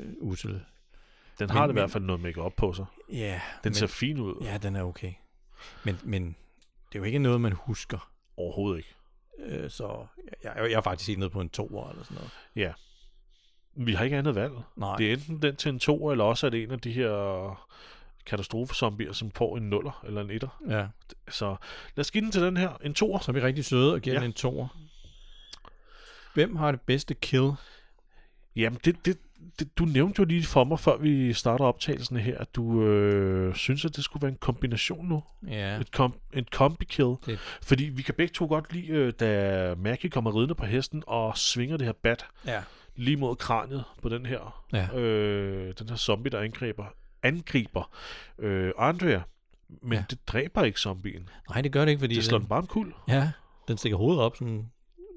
Speaker 2: øh, usel.
Speaker 1: Den
Speaker 2: Men-
Speaker 1: har men,
Speaker 2: men-
Speaker 1: i hvert fald noget make op på sig.
Speaker 2: Ja,
Speaker 1: Den
Speaker 2: men,
Speaker 1: ser fin ud. Ja.
Speaker 2: ja, den er okay. Men, men det er jo ikke noget, man husker.
Speaker 1: Overhovedet ikke.
Speaker 2: Øh, så jeg, jeg, jeg er faktisk helt nede på en toer eller sådan noget.
Speaker 1: Ja. Vi har ikke andet valg.
Speaker 2: Nej,
Speaker 1: Det er enten den til en to, eller også er det en af de her katastrofezombier, som får en nuller eller en etter.
Speaker 2: ja.
Speaker 1: Så lad os give den til den her. En toer.
Speaker 2: Så er vi rigtig søde og giver ja.
Speaker 1: Ja.
Speaker 2: den en toer. Hvem har det bedste kill?
Speaker 1: Jamen, det, det, det, du nævnte jo lige for mig, før vi starter optagelsen her, at du øh, synes, at det skulle være en kombination nu.
Speaker 2: Ja,
Speaker 1: Et kom, en kombi-kill.
Speaker 2: Det-
Speaker 1: Fordi vi kan begge to godt lide, øh, da Maggie kommer ridende på hesten og svinger det her bat
Speaker 2: ja,
Speaker 1: lige mod kraniet på den her,
Speaker 2: ja.
Speaker 1: øh, den her zombie, der angriber, angriber øh, Andrea. Men
Speaker 2: Ja.
Speaker 1: ja. det dræber ikke zombien.
Speaker 2: Nej, det gør det ikke, fordi...
Speaker 1: Det slår
Speaker 2: den-
Speaker 1: den bare omkuld.
Speaker 2: Ja, den stikker hovedet op sådan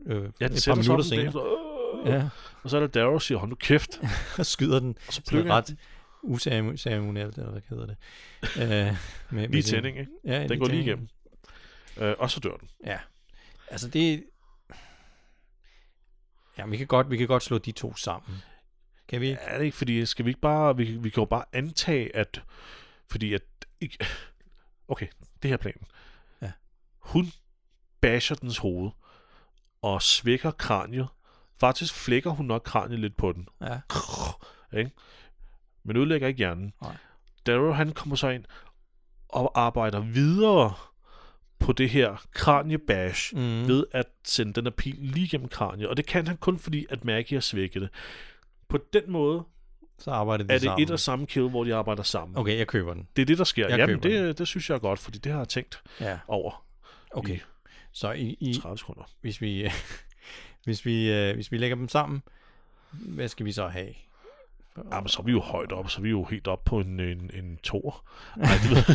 Speaker 2: øh,
Speaker 1: Ja,
Speaker 2: et
Speaker 1: den
Speaker 2: par
Speaker 1: sætter sig
Speaker 2: minutter
Speaker 1: op, den
Speaker 2: senere.
Speaker 1: der-
Speaker 2: Ja,
Speaker 1: Og så er der Daryl, der siger, hold nu kæft.
Speaker 2: og skyder den
Speaker 1: Og så
Speaker 2: sådan
Speaker 1: plukker han
Speaker 2: ret uceremonielt, eller hvad hedder det? Øh, med,
Speaker 1: lige
Speaker 2: med sin-
Speaker 1: tænding, ikke?
Speaker 2: Ja,
Speaker 1: Den går lige
Speaker 2: tænding.
Speaker 1: igennem. Øh, og så dør den.
Speaker 2: Ja, altså det... Ja, vi kan godt, vi kan godt slå de to sammen. Kan vi ikke?
Speaker 1: Er det ikke, fordi skal vi ikke bare, vi, vi kan jo bare antage, at, fordi at, ikke, okay, det her er planen.
Speaker 2: Ja.
Speaker 1: Hun basher dens hoved, og svækker kraniet. Faktisk flækker hun nok kraniet lidt på den,
Speaker 2: Ja,
Speaker 1: ikke? men ødelægger ikke hjernen.
Speaker 2: Nej.
Speaker 1: Darrow, han kommer så ind og arbejder videre på det her kraniebash,
Speaker 2: Mm.
Speaker 1: mm. ved at sende den her pil lige gennem kraniet. Og det kan han kun fordi, at Maggie har svækket det. På den måde
Speaker 2: så arbejder de
Speaker 1: er det
Speaker 2: sammen.
Speaker 1: et og samme kill, hvor de arbejder sammen. Okay.
Speaker 2: Okay, jeg køber den.
Speaker 1: Det er det, der sker.
Speaker 2: Jeg
Speaker 1: Jamen,
Speaker 2: køber
Speaker 1: det, det synes jeg er godt, fordi det har jeg tænkt
Speaker 2: Ja,
Speaker 1: over
Speaker 2: okay. Så i, i,
Speaker 1: i 30 sekunder.
Speaker 2: hvis vi, hvis vi, øh, hvis vi lægger dem sammen, hvad skal vi så have?
Speaker 1: Ja, men så er vi jo højt op, så er vi jo helt op på en, en, en tor. Nej, det ved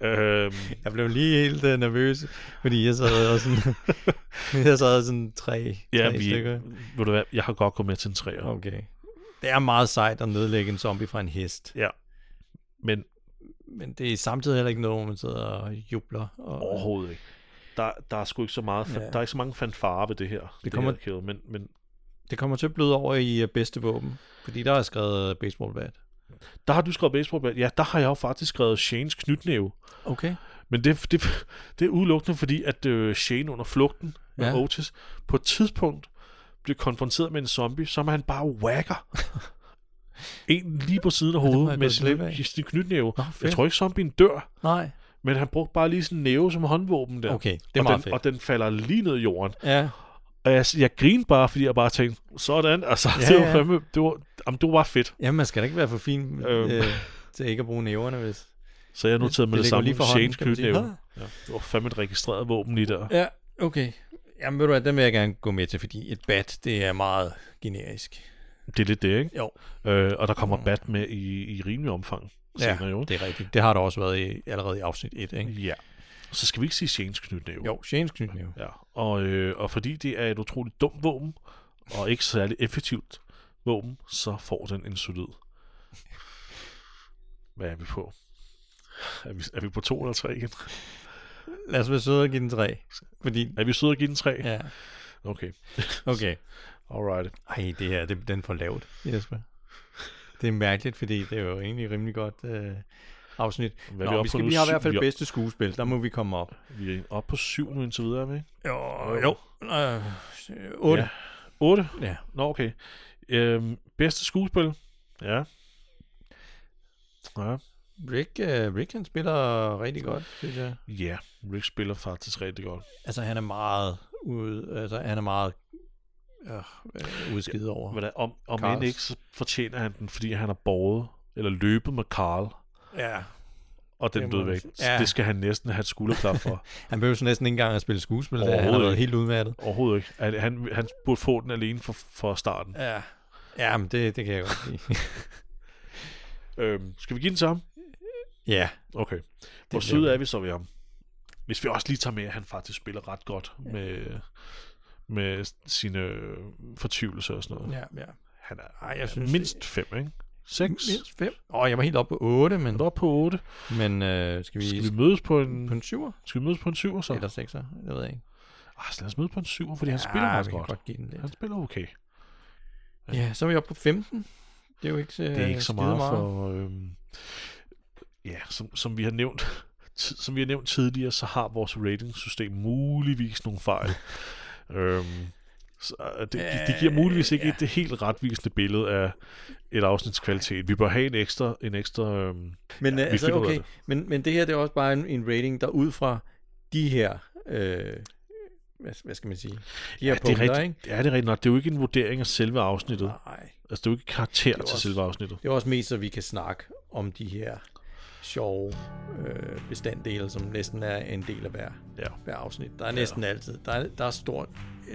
Speaker 1: jeg. øhm,
Speaker 2: Jeg blev lige helt uh, nervøs, fordi jeg sad og sådan, jeg sad sådan tre,
Speaker 1: ja,
Speaker 2: tre
Speaker 1: vi,
Speaker 2: stykker.
Speaker 1: ved du hvad, jeg har godt gået med til en træer.
Speaker 2: Okay. Det er meget sejt at nedlægge en zombie fra en hest,
Speaker 1: Ja. Men
Speaker 2: men det er samtidig heller ikke noget, hvor man sidder og jubler. Og,
Speaker 1: overhovedet ikke. Der, der er sgu ikke så meget, fa-
Speaker 2: Ja.
Speaker 1: der er ikke så mange fanfare ved det her. Det
Speaker 2: kommer-
Speaker 1: her kill, men, men
Speaker 2: Det kommer til at bløde over i øh, bedste våben, fordi der er skrevet øh, baseballbat.
Speaker 1: der har du skrevet baseball. Ja, der har jeg jo faktisk skrevet Shanes knytnæve.
Speaker 2: Okay.
Speaker 1: Men det, det, det er udelukkende, fordi at øh, Shane under flugten med
Speaker 2: Ja.
Speaker 1: ja. Otis på et tidspunkt bliver konfronteret med en zombie, som han bare whacker. en lige på siden af
Speaker 2: har jeg
Speaker 1: hovedet med
Speaker 2: gået glip af.
Speaker 1: sin, sin knytnæve.
Speaker 2: Nå,
Speaker 1: Jeg
Speaker 2: fedt.
Speaker 1: tror ikke, zombien dør,
Speaker 2: Nej.
Speaker 1: men han brugte bare lige sin næve som håndvåben der.
Speaker 2: Okay, det er
Speaker 1: og
Speaker 2: meget
Speaker 1: den,
Speaker 2: fedt.
Speaker 1: Og den falder lige ned i jorden.
Speaker 2: Ja,
Speaker 1: Og jeg, jeg grinede bare, fordi jeg bare tænkte, sådan, altså,
Speaker 2: Ja,
Speaker 1: ja, det var
Speaker 2: ja.
Speaker 1: fandme, det var, jamen, det var bare fedt.
Speaker 2: ja man skal da ikke være for fin
Speaker 1: Øhm.
Speaker 2: øh, til ikke at bruge næverne, hvis...
Speaker 1: Så jeg noterede med det,
Speaker 2: ligger jo
Speaker 1: det samme, Shanes
Speaker 2: kan man sige.
Speaker 1: knytnæve. Ja, det var fandme et registreret våben lige der.
Speaker 2: Ja, okay. Jamen ved du hvad, den vil jeg gerne gå med til, fordi et bat, det er meget generisk.
Speaker 1: Det er lidt det, ikke?
Speaker 2: Jo, Mm.
Speaker 1: Øh, og der kommer Bat med i, i rimelig omfang senere, jo. ikke?
Speaker 2: det er rigtigt. Det har der også været i, allerede i afsnit 1, ikke?
Speaker 1: Ja. Så skal vi ikke sige Shanes knytnæve.
Speaker 2: Jo, Shanes knytnæve.
Speaker 1: Ja. Og, øh, og fordi det er et utroligt dumt våben, og ikke særlig effektivt våben, så får den en solid. Hvad er vi på? Er vi, er vi på to eller tre igen?
Speaker 2: Lad os være søde og give den 3. Fordi,
Speaker 1: Er vi søde at give den tre?
Speaker 2: ja,
Speaker 1: Okay.
Speaker 2: okay.
Speaker 1: Alright.
Speaker 2: Ej, det her, det, den er for lavt, Jesper. Det er mærkeligt, fordi det er jo egentlig rimelig godt øh, afsnit.
Speaker 1: Hvad er vi oppe
Speaker 2: vi,
Speaker 1: på
Speaker 2: skal,
Speaker 1: nu?
Speaker 2: vi har i
Speaker 1: Syv-
Speaker 2: hvert
Speaker 1: vi
Speaker 2: fald
Speaker 1: er-
Speaker 2: bedste skuespil, der må vi komme op.
Speaker 1: Vi er oppe på syv nu indtil videre, er vi ikke?
Speaker 2: Jo, jo. Øh, 8.
Speaker 1: Ja. Otte?
Speaker 2: Ja.
Speaker 1: Nå, okay. Øhm, bedste skuespil? Ja. Ja.
Speaker 2: Rick, øh, Rick han spiller rigtig godt, synes jeg.
Speaker 1: Ja, Rick spiller faktisk rigtig godt.
Speaker 2: Altså, han er meget ude, altså, han er meget øh, øh, udskidet over.
Speaker 1: Hvordan, om om
Speaker 2: Carls.
Speaker 1: end ikke, så fortjener han den, fordi han har borget eller løbet med Carl,
Speaker 2: Ja.
Speaker 1: og
Speaker 2: Det
Speaker 1: den
Speaker 2: må
Speaker 1: døde
Speaker 2: man
Speaker 1: væk.
Speaker 2: sige. Ja.
Speaker 1: Ja. Det skal han næsten have et skulderklap for.
Speaker 2: Han behøver så næsten ikke engang at spille skuespil, da han har
Speaker 1: Overhovedet
Speaker 2: været
Speaker 1: ikke.
Speaker 2: helt udmattet.
Speaker 1: Overhovedet ikke. At Han, han burde få den alene for, for starten.
Speaker 2: Ja. Ja, men det, det kan jeg godt lide.
Speaker 1: Øhm, skal vi give den samme?
Speaker 2: ja.
Speaker 1: Okay. Hvor
Speaker 2: bliver
Speaker 1: sød
Speaker 2: vi.
Speaker 1: er vi så ved ham? Hvis vi også lige tager med, at han faktisk spiller ret godt med, med sine fortvivlelser og sådan noget.
Speaker 2: Ja, ja.
Speaker 1: Han er
Speaker 2: Ej, jeg synes...
Speaker 1: mindst fem, ikke? Seks?
Speaker 2: Mindst fem. Åh, oh, jeg var helt oppe på 8, men,
Speaker 1: Er du oppe på otte?
Speaker 2: men øh, skal vi,
Speaker 1: Skal vi mødes på en,
Speaker 2: på en 7'er?
Speaker 1: skal vi mødes på en syver så?
Speaker 2: Eller 6'er? Jeg ved jeg ikke.
Speaker 1: Ah, så lad os møde på en syver, fordi han spiller
Speaker 2: ja,
Speaker 1: meget
Speaker 2: vi kan
Speaker 1: godt.
Speaker 2: godt give den lidt.
Speaker 1: Han spiller okay.
Speaker 2: Ja, så er vi oppe på 15. Det er jo ikke, øh,
Speaker 1: Det er ikke så meget, meget. for... Øhm, ja, som, som vi har nævnt ti- som vi har nævnt tidligere, så har vores ratingsystem muligvis nogle fejl. øhm, så øh, det, gi- det giver muligvis ikke
Speaker 2: Øh,
Speaker 1: ja. det helt retvisende billede af et afsnits kvalitet. Vi bør have en ekstra... En ekstra øhm,
Speaker 2: Men, ja,
Speaker 1: vi
Speaker 2: altså,
Speaker 1: finder ud af
Speaker 2: okay, men, men det her det er også bare en, en rating, der ud fra de her, øh, hvad, hvad skal man sige, de her ja,
Speaker 1: det er
Speaker 2: punkter,
Speaker 1: rigtigt,
Speaker 2: ikke?
Speaker 1: Ja, det er rigtigt nok. Det er jo ikke en vurdering af selve afsnittet.
Speaker 2: Nej,
Speaker 1: Altså, det er jo ikke karakter
Speaker 2: jo
Speaker 1: til
Speaker 2: også-
Speaker 1: selve afsnittet.
Speaker 2: det er også mest, så vi kan snakke om de her sjove øh, bestanddele, som næsten er en del af hver,
Speaker 1: Ja.
Speaker 2: hver afsnit. Der er næsten ja. altid, der er, der er stort,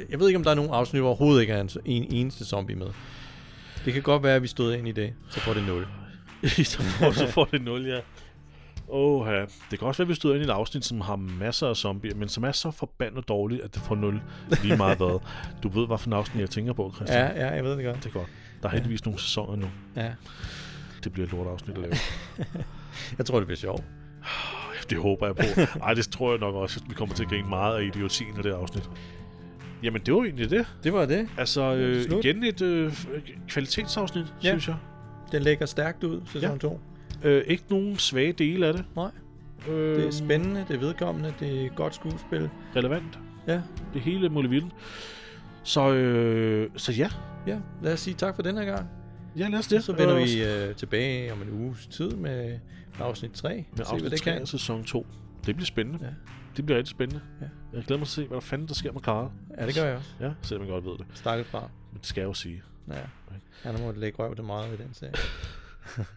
Speaker 2: jeg ved ikke, om der er nogen afsnit, hvor overhovedet ikke er en, en eneste zombie med. Det kan godt være, at vi stod ind i det, så får det 0.
Speaker 1: så, får, så får det 0, ja. Åh, ja. Det kan også være, at vi stod ind i et afsnit, som har masser af zombier, men som er så forbandet dårligt, at det får 0 lige meget hvad. Du ved, hvad for en afsnit jeg tænker på, Christian.
Speaker 2: Ja, ja, jeg ved det godt.
Speaker 1: Det er godt. Der er heldigvis nogle sæsoner nu.
Speaker 2: Ja.
Speaker 1: Det bliver et lort afsnit at lave.
Speaker 2: Jeg tror, det bliver sjovt.
Speaker 1: Det håber jeg på. Ej, det tror jeg nok også, at vi kommer til at grine meget af idiotien af det afsnit. Jamen, det var egentlig det.
Speaker 2: Det var det.
Speaker 1: Altså, øh,
Speaker 2: Slut.
Speaker 1: igen et øh, kvalitetsafsnit,
Speaker 2: Ja.
Speaker 1: ja. synes jeg.
Speaker 2: Den lægger stærkt ud, sæson ja. 2.
Speaker 1: Øh, ikke nogen svage dele af det.
Speaker 2: Nej.
Speaker 1: Øh,
Speaker 2: Det er spændende, det er vedkommende, det er godt skuespil.
Speaker 1: relevant.
Speaker 2: Ja,
Speaker 1: Det hele muligheden. Så, øh, så ja.
Speaker 2: ja. Lad os sige tak for den her gang.
Speaker 1: Ja, lad os det.
Speaker 2: Så vender vi øh, tilbage om en uges tid med afsnit 3.
Speaker 1: med
Speaker 2: Se, hvad det kan.
Speaker 1: sæson 2. Det bliver spændende.
Speaker 2: Ja.
Speaker 1: Ja. Det bliver rigtig spændende.
Speaker 2: Ja.
Speaker 1: Ja. Jeg glæder mig til at se, hvad der fanden der sker med Karl.
Speaker 2: Ja, det gør jeg også.
Speaker 1: Ja, selvom jeg godt ved det.
Speaker 2: Stakket fra.
Speaker 1: Men det skal jeg jo sige.
Speaker 2: Ja. Han må lægge røv til meget i den serie.